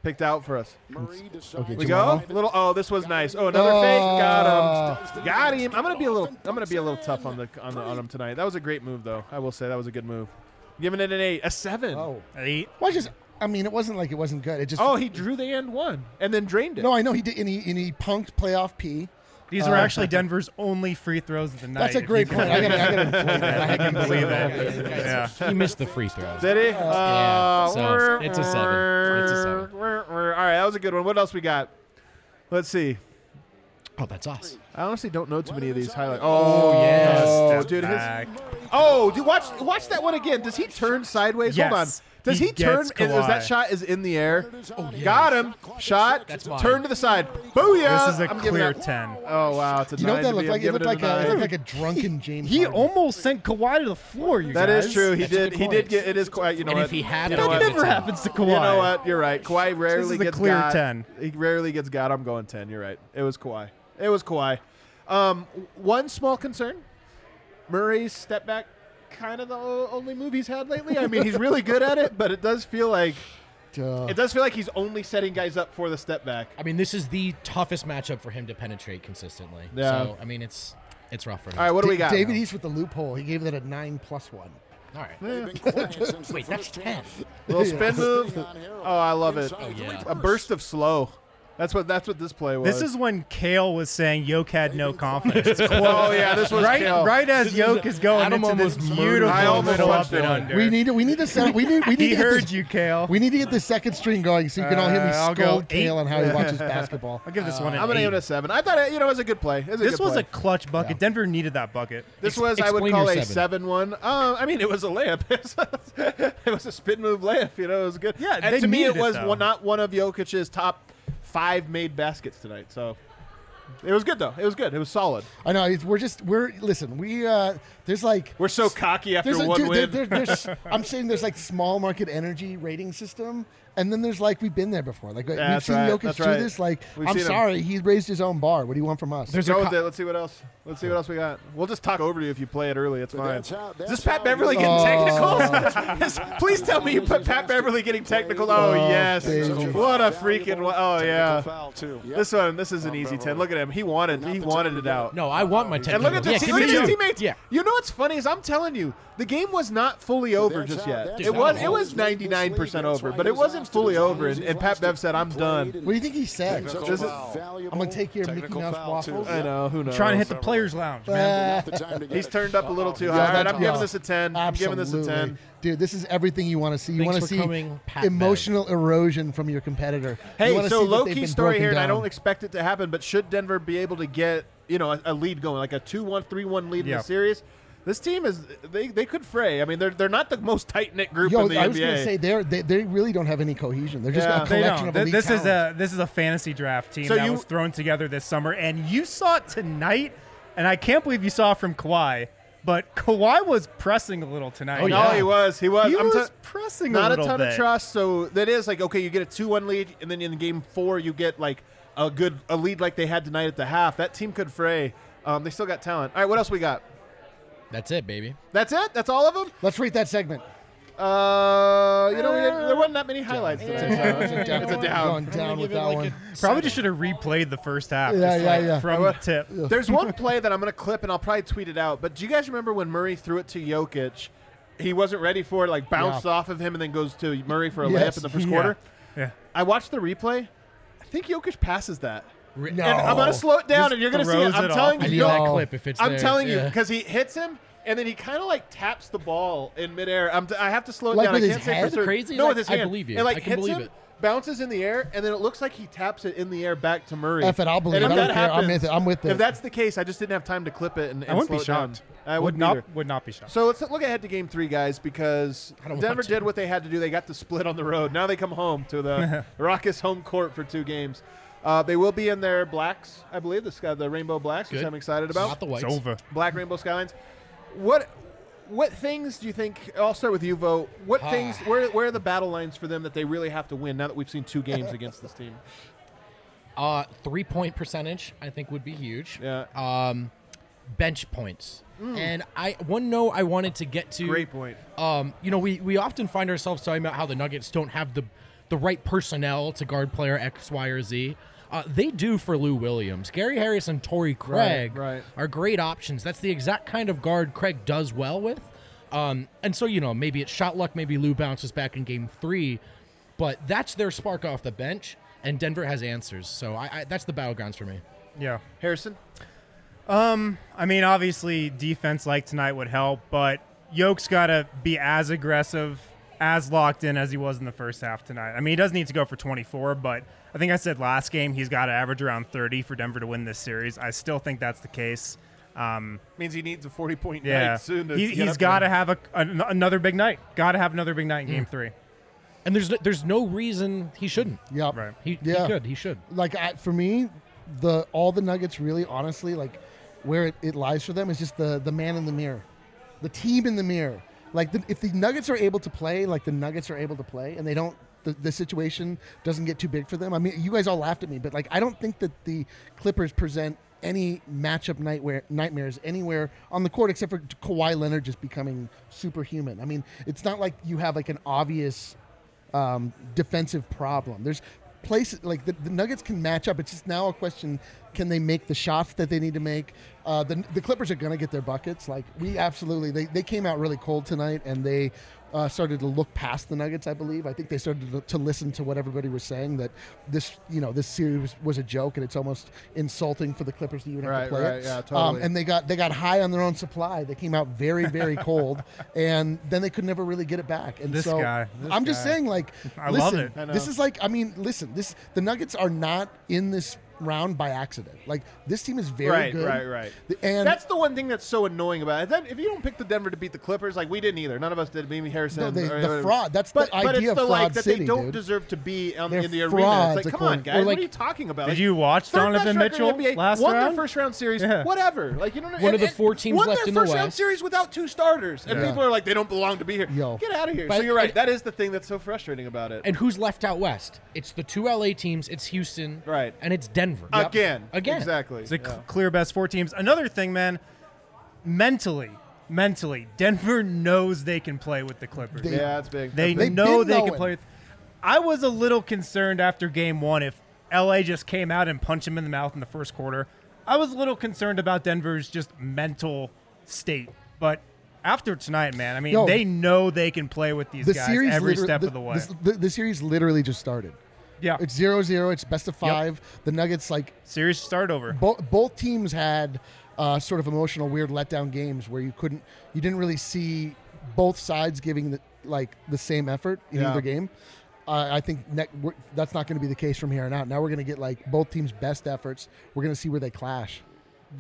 picked out for us. Okay, we Jamal. go little. Oh, this was nice. Oh, another Oh. fake. Got Oh. him. Got him. I'm gonna be a little. I'm gonna be a little tough on the on, the, on him tonight. That was a great move, though. I will say that was a good move. Giving it an eight, a seven. Oh, eight. Well, I just, I mean, it wasn't like it wasn't good. It just. Oh, he drew the and one and then drained it. No, I know he did, and he, and he punked playoff P. These Uh, are actually Denver's only free throws of the night. That's a if great you point. I can- gotta- I gotta believe that. I If you can believe gotta believe it. that. Yeah. He missed the free throw. Did he? Yeah, Uh, so it's a seven. It's a seven. All right, that was a good one. What else we got? Let's see. Oh, that's us. I honestly don't know too many of these highlights. Oh, Oh, yes. oh Step dude. his- back. oh, dude, watch watch that one again. Does he turn sideways? Hold on. Yes. Does He he, turn? gets Is, is that Kawhi. shot is in the air? Oh, Got him. Shot. Oh, That's mine. Turn to the side. Booyah! This is a I'm giving clear it a- 10. Oh wow, it's a You know what nine that to looked me. I'm like? It giving looked like, it a, it nine. looked like a drunken James. He almost sent Kawhi to the floor, you That guys. is true. He did. He did get. It is Kawhi. You know And what? if he had you it, know it what? never It's a- happens to You know Kawhi. what? You're right. Kawhi rarely This is a gets clear got. 10. He rarely gets got. I'm going ten. You're right. It was Kawhi. It was Kawhi. Um, w- one small concern: Murray's step back, kind of the o- only move he's had lately. I mean, he's really good at it, but it does feel like it does feel like he's only setting guys up for the step back. I mean, this is the toughest matchup for him to penetrate consistently. Yeah. So I mean, it's it's rough for him. All right, what do we David East with the loophole. He gave that a nine plus one. All right. They've been quiet since the Wait, that's first 10. half. Little spin move. Sitting on Harold. Oh, I love it. Inside three A first. burst of slow. That's what that's what this play was. This is when Kale was saying Yoke had no confidence. Oh, yeah, this was right. Kale. Right as This was- Yoke is going Adam into this almost murdered beautiful him. I almost middle punched up and him. under. We need to. We need to sound. We need. We need. He to get heard this, you, Kale. We need to get the second string going so you can all hear me Uh, I'll go scold eight. Kale on how he watches Yeah. basketball. I'll give this one an I'm gonna eight. give it a seven. I thought it, you know it was a good play. It was a This good was play. a clutch bucket. Denver needed that bucket. This was I would call a seven-one. Uh, I mean, it was a layup. it was a spin move layup. You know, it was good. Yeah, and they to me, needed it it, was though. one, not one of Jokic's top five made baskets tonight. So it was good though. It was good. It was solid. I know. It's, we're just. We're listen. We uh. There's like. We're so cocky after There's a- one dude, there- win. there- there's- I'm saying there's like small market energy rating system, and then there's like we've been there before. Like we've that's seen right, Jokic that's do right. this. Like We've I'm seen him. sorry, he raised his own bar. What do you want from us? There's Go with it. Let's see what else. Let's see what else we got. We'll just talk over to you if you play it early. It's fine. that's how- Is that's this Pat how Beverly you- getting Oh. technical? Is- Please tell me you put Pat Beverly getting technical. Oh, Oh, yes. baby. What a freaking. wa- Oh yeah. foul, too. This one. This is an easy ten. Look at him. He wanted. He wanted it out. No, I want my And technical. look at the yeah, te- give look me at his two. teammates. Yeah. You know what's funny is I'm telling you, the game was not fully over that's just how- yet. that's It how was it it was is. This 99% over, why but it he's wasn't asked fully to over. lose. And, He's and Pat asked Bev to said, "I'm play. done." What do you think he said? Technical This is- foul. I'm gonna take your Mickey Mouse waffles. I know. Who knows? Trying to hit the players' lounge, Uh, man. He's turned up a little too high. Yeah, All right, that- I'm yeah. giving this a 10. I'm giving this a 10. Absolutely. Dude, this is everything you want to see. You Thanks want to for see coming, Pat emotional erosion from your competitor. You Hey, wanna so see that low they've key been story broken here, and I down. don't expect it to happen, but should Denver be able to get you know a, a lead going, like a 2-1, 3-1 lead in Yeah. the series? This team is they, they could fray. I mean, they're they're not the most tight knit group Yo, in the I NBA. was gonna say they're, they they really don't have any cohesion. They're just Yeah. a They They collection don't. of Th- elite This talent. is a this is a fantasy draft team So that you- was thrown together this summer, and you saw it tonight. And I can't believe you saw it from Kawhi, but Kawhi was pressing a little tonight. No, he was. He was. Oh, He I'm was t- pressing Not a a, little ton bit. of trust. So that is like okay, you get a two-one lead, and then in game four you get like a good a lead like they had tonight at the half. That team could fray. Um, they still got talent. All right, what else we got? That's it, baby. That's it. That's all of them. Let's rate that segment. Uh, you know, we didn't, there wasn't that many highlights. It's tonight, so a down. It's a Going down. down with that one. Probably just should have replayed the first half. Yeah, just yeah, like yeah. From the tip. There's one play that I'm going to clip and I'll probably tweet it out. But do you guys remember when Murray threw it to Jokic? He wasn't ready for it, like bounced off of him and then goes to Murray for a Yes. layup in the first Yeah. quarter. Yeah. I watched the replay. I think Jokic passes that. No. And I'm going to slow it down and you're going to see throws it. I'm it telling off. I you. need no, that clip if it's I'm there. telling you Yeah. because he hits him. And then he kind of like taps the ball in midair. I'm t- I have to slow it Like down. with I his can't say head? for certain. Crazy? No, Like, with his I hand. believe you. It like I can hits believe him, it. bounces in the air, and then it looks like he taps it in the air back to Murray. F it, I'll believe and if it. I don't that care. I'm happens, with it. I'm with it. If that's the case, I just didn't have time to clip it and, and I wouldn't be slow it down. shocked. I would wouldn't not either. would not be shocked. So let's look ahead to game three, guys, because I don't want Denver to. did what they had to do. They got the split on the road. Now they come home to the raucous home court for two games. Uh, they will be in their blacks, I believe, the, sky, the rainbow blacks, which Good. I'm excited about. Not the whites. It's over. Black Rainbow Skylines. What what things do you think? I'll start with you, Vo. What Ah. things? Where where are the battle lines for them that they really have to win now that we've seen two games against this team? Uh, three point percentage, I think, would be huge. Yeah. Um, bench points. And I one no I wanted to get to. Mm. Great point. Um, you know, we we often find ourselves talking about how the Nuggets don't have the the right personnel to guard player X, Y, or Z. Uh, they do for Lou Williams. Gary Harris and Torrey Craig right. are great options. That's the exact kind of guard Craig does well with. Um, and so, you know, maybe it's shot luck, maybe Lou bounces back in game three, but that's their spark off the bench, and Denver has answers. So I, I, that's the battlegrounds for me. Yeah. Harrison. Um, I mean, obviously, defense like tonight would help, but Yoke's got to be as aggressive, as locked in as he was in the first half tonight. I mean, he does need to go for 24, but I think I said last game he's got to average around 30 for Denver to win this series. I still think that's the case. Um, Means he needs a forty point yeah, night soon. To he, get he's up got there. Hmm. to have a, an another big night. Got to have another big night in Game Three. And there's no, there's no reason he shouldn't. Yep. Right. He, Yeah. he could. He should. like I, for me, the all the Nuggets really, honestly, like where it, it lies for them is just the the man in the mirror, the team in the mirror. Like the, if the Nuggets are able to play, like the Nuggets are able to play, and they don't. The, the situation doesn't get too big for them. I mean, you guys all laughed at me, but like, I don't think that the Clippers present any matchup nightmare nightmares anywhere on the court except for Kawhi Leonard just becoming superhuman. I mean, it's not like you have like an obvious um, defensive problem. There's places like the, the Nuggets can match up. It's just now a question Can they make the shots that they need to make? Uh, the, the Clippers are going to get their buckets. Like, we absolutely, they, they came out really cold tonight and they uh, started to look past the Nuggets, I believe. I think they started to, to listen to what everybody was saying that this, you know, this series was, was a joke and it's almost insulting for the Clippers to even have Right, to play right, it. yeah, Um, totally. and they got they got high on their own supply. They came out very, very cold, and then they could never really get it back. And This so guy, this I'm just guy. saying, like, I love listen, it. I know. this is like, I mean, listen, this the Nuggets are not in this round by accident. Like, this team is very right, good. right, right. The- And that's the one thing that's so annoying about it. Then if you don't pick the Denver to beat the Clippers, like we didn't either. None of us did. Maybe Harrison. No, they- or- the fraud. That's the but, but it's idea of the like fraud that city, they don't dude. deserve to be on, They're in the arena. frauds, It's like, come on, according- or guys, like- what are you talking about? Did Like, you watch third Donovan best record in the Mitchell NBA, last won round? their first round series, Yeah. whatever. Like you know, One of the four teams won left their in the first round West. series without two starters, and Yeah. people are like, they don't belong to be here. Yo. Get out of here. But- so you're right. That is the thing that's so frustrating about it. And who's left out west? It's the two LA teams. It's Houston. Right. And it's Denver. Again. It's a cl- clear best four teams. Another thing, man, mentally, mentally, Denver knows they can play with the Clippers. They- Yeah, that's big. They That's big. know They've been they can knowing. play with. I was a little concerned after game one if LA just came out and punched him in the mouth in the first quarter. I was a little concerned about Denver's just mental state. But after tonight, man, I mean, Yo. they know they can play with these guys every literally- step the, of the way. this- the, the series literally just started. Yeah. It's 0 0. It's best of Yep. five. The Nuggets, like. Series start over. Bo- both teams had uh, sort of emotional, weird letdown games where you couldn't, you didn't really see both sides giving the, like the same effort in Yeah. either game. Uh, I think ne- we're, that's not going to be the case from here on out. Now we're going to get like both teams' best efforts. We're going to see where they clash.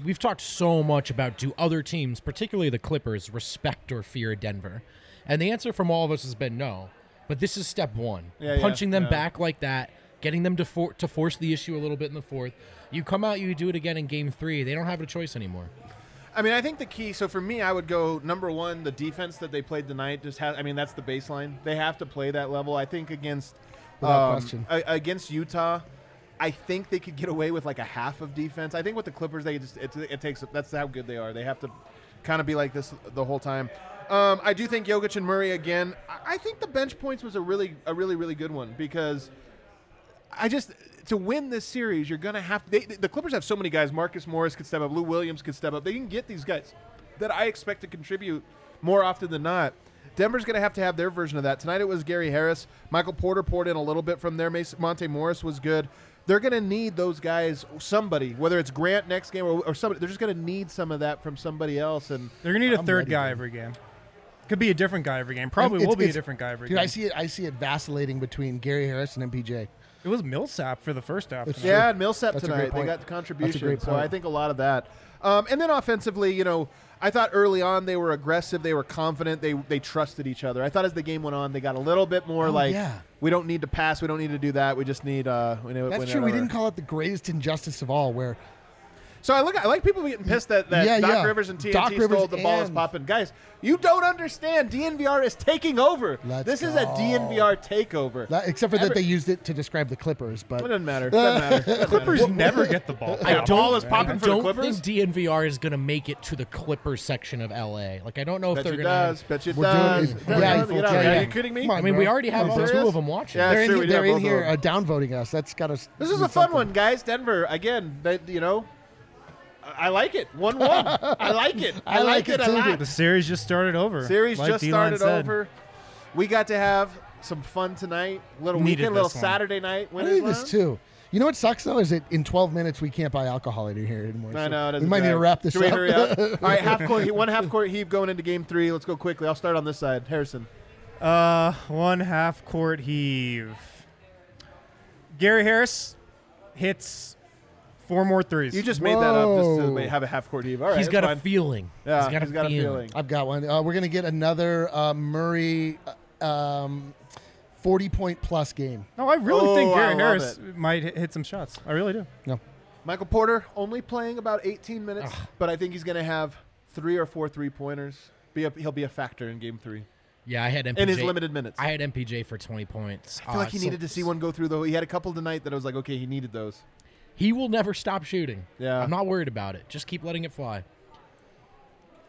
we've talked so much about do other teams, particularly the Clippers, respect or fear Denver? And the answer from all of us has been no. But this is step one. Yeah, yeah, Punching them yeah. back like that, getting them to, for- to force the issue a little bit in the fourth. You come out, you do it again in game three. They don't have a choice anymore. I mean, I think the key. So for me, I would go number one. The defense that they played tonight just has. I mean, that's the baseline. They have to play that level. I think against Without um, question. a- against Utah, I think they could get away with like a half of defense. I think with the Clippers, they just it, it takes. That's how good they are. They have to kind of be like this the whole time. Um, I do think Jokic and Murray again. I, I think the bench points was a really a really really good one because. I just to win this series, you're gonna have they, the Clippers have so many guys. Marcus Morris could step up. Lou Williams could step up. They can get these guys that I expect to contribute more often than not. Denver's gonna have to have their version of that tonight. It was Gary Harris. Michael Porter poured in a little bit from there. Mace- Monte Morris was good. They're gonna need those guys. Somebody, whether it's Grant next game or, or somebody, they're just gonna need some of that from somebody else. And They're gonna need a I'm third ready, guy dude. every game. Could be a different guy every game. Probably It's- will be a it's- different guy every dude, game. I see it. I see it vacillating between Gary Harris and MPJ. It was Millsap for the first half. That's tonight. true. Yeah, and Millsap That's a tonight. great They point. got the That's a contribution. great So point. I think a lot of that. Um, and then offensively, you know, I thought early on they were aggressive, they were confident, they they trusted each other. I thought as the game went on, they got a little bit more Oh, like, yeah. we don't need to pass, we don't need to do that, we just need. Uh, we know, That's true. We didn't call it the greatest injustice of all, where So I look, I like people getting pissed that, that Yeah, Doc yeah. Rivers and TNT Doc stole Rivers the ball is and- popping. Guys, you don't understand. DNVR is taking over. this is a go. DNVR takeover. that- except for that Every- they used it to describe the Clippers. But It doesn't matter. It doesn't matter. It doesn't matter. Clippers never get the ball. I Yeah, don't, ball is popping I for the don't Clippers? think DNVR is going to make it to the Clippers section of LA. Like, I don't know Bet if they're you going does. to. Bet you We're doing does. it. That's how they get out. Are you kidding me? Come on, I mean, we bro. already Come have on, the serious? two of them watching. Yeah, they're in, sure, here- we did they're have in both of here uh, downvoting us. That's got us. This is a fun one, guys. Denver again. They, you know, I I like it. One one. I like it. I, like, it a lot. The series just started over. Series Like just D-Line started said. over. We got to have some fun tonight. Little Needed weekend, little this one. Saturday night. I When need this too. You know what sucks though is that in 12 minutes we can't buy alcohol in here anymore. I so know. It we doesn't might need to matter. wrap this Should we up. hurry up? All right, half court. One half court heave going into game three. Let's go quickly. I'll start on this side. Harrison. Uh, one half court heave. Gary Harris hits four more threes. You just made that up just to ma- have a half court heave. All right, He's got fine. a feeling. Yeah, he's got, a, feeling. I've got one. Uh, we're gonna get another uh, Murray uh, um, 40 point plus game. No, I really think Oh, I Gary love Harris might hit, hit some shots. I really do. No. Michael Porter only playing about 18 minutes, but I think he's going to have three or four three pointers. Be a, he'll be a factor in game three. Yeah, I had MPJ. In his limited minutes. I had MPJ for 20 points. Ah, I feel like he needed to see one go through though. He had a couple tonight that I was like, okay, he needed those. He will never stop shooting. Yeah. I'm not worried about it. Just keep letting it fly.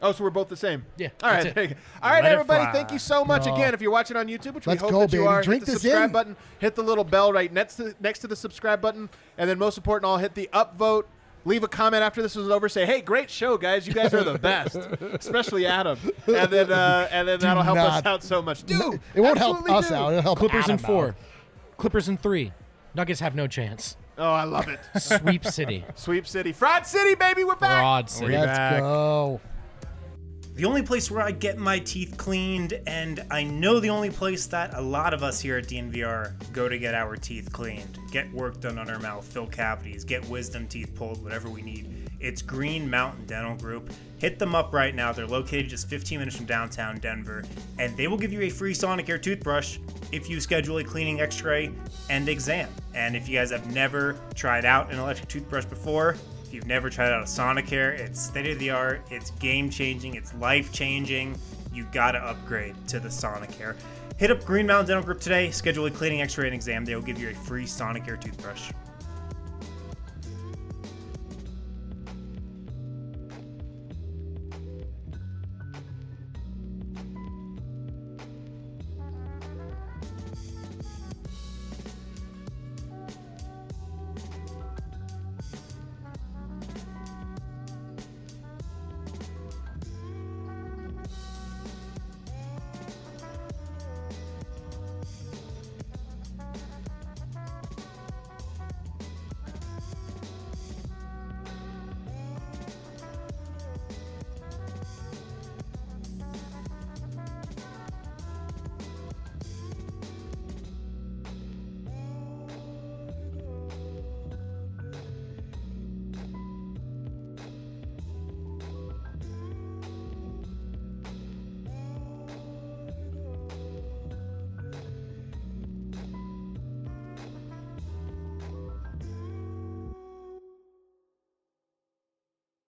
Oh, so we're both the same. Yeah, All right. that's it. there you go. All right, Let it everybody. fly. Thank you so much No. again. If you're watching on YouTube, which Let's we hope go, that you baby. are, Drink hit the this subscribe in. button. Hit the little bell right next to next to the subscribe button, and then most important, all hit the upvote. Leave a comment after this is over. Say, "Hey, great show, guys! You guys are the best, especially Adam." And then, uh, and then Do that'll help us not- out so much. Do It won't help Absolutely us do. out. It'll help Clippers in Adam four. out. Clippers in three. Nuggets have no chance. Oh, I love it. Sweep City. Sweep City, Fraud City, baby, we're back. Fraud City. Let's back. go. The only place where I get my teeth cleaned, and I know the only place that a lot of us here at DNVR go to get our teeth cleaned, get work done on our mouth, fill cavities, get wisdom teeth pulled, whatever we need, it's Green Mountain Dental Group. Hit them up right now. They're located just 15 minutes from downtown Denver, and they will give you a free Sonicare toothbrush if you schedule a cleaning x ray and exam. And if you guys have never tried out an electric toothbrush before, if you've never tried out a Sonicare, it's state of the art, it's game changing, it's life changing. You gotta upgrade to the Sonicare. Hit up Green Mountain Dental Group today, schedule a cleaning x ray and exam. They will give you a free Sonicare toothbrush.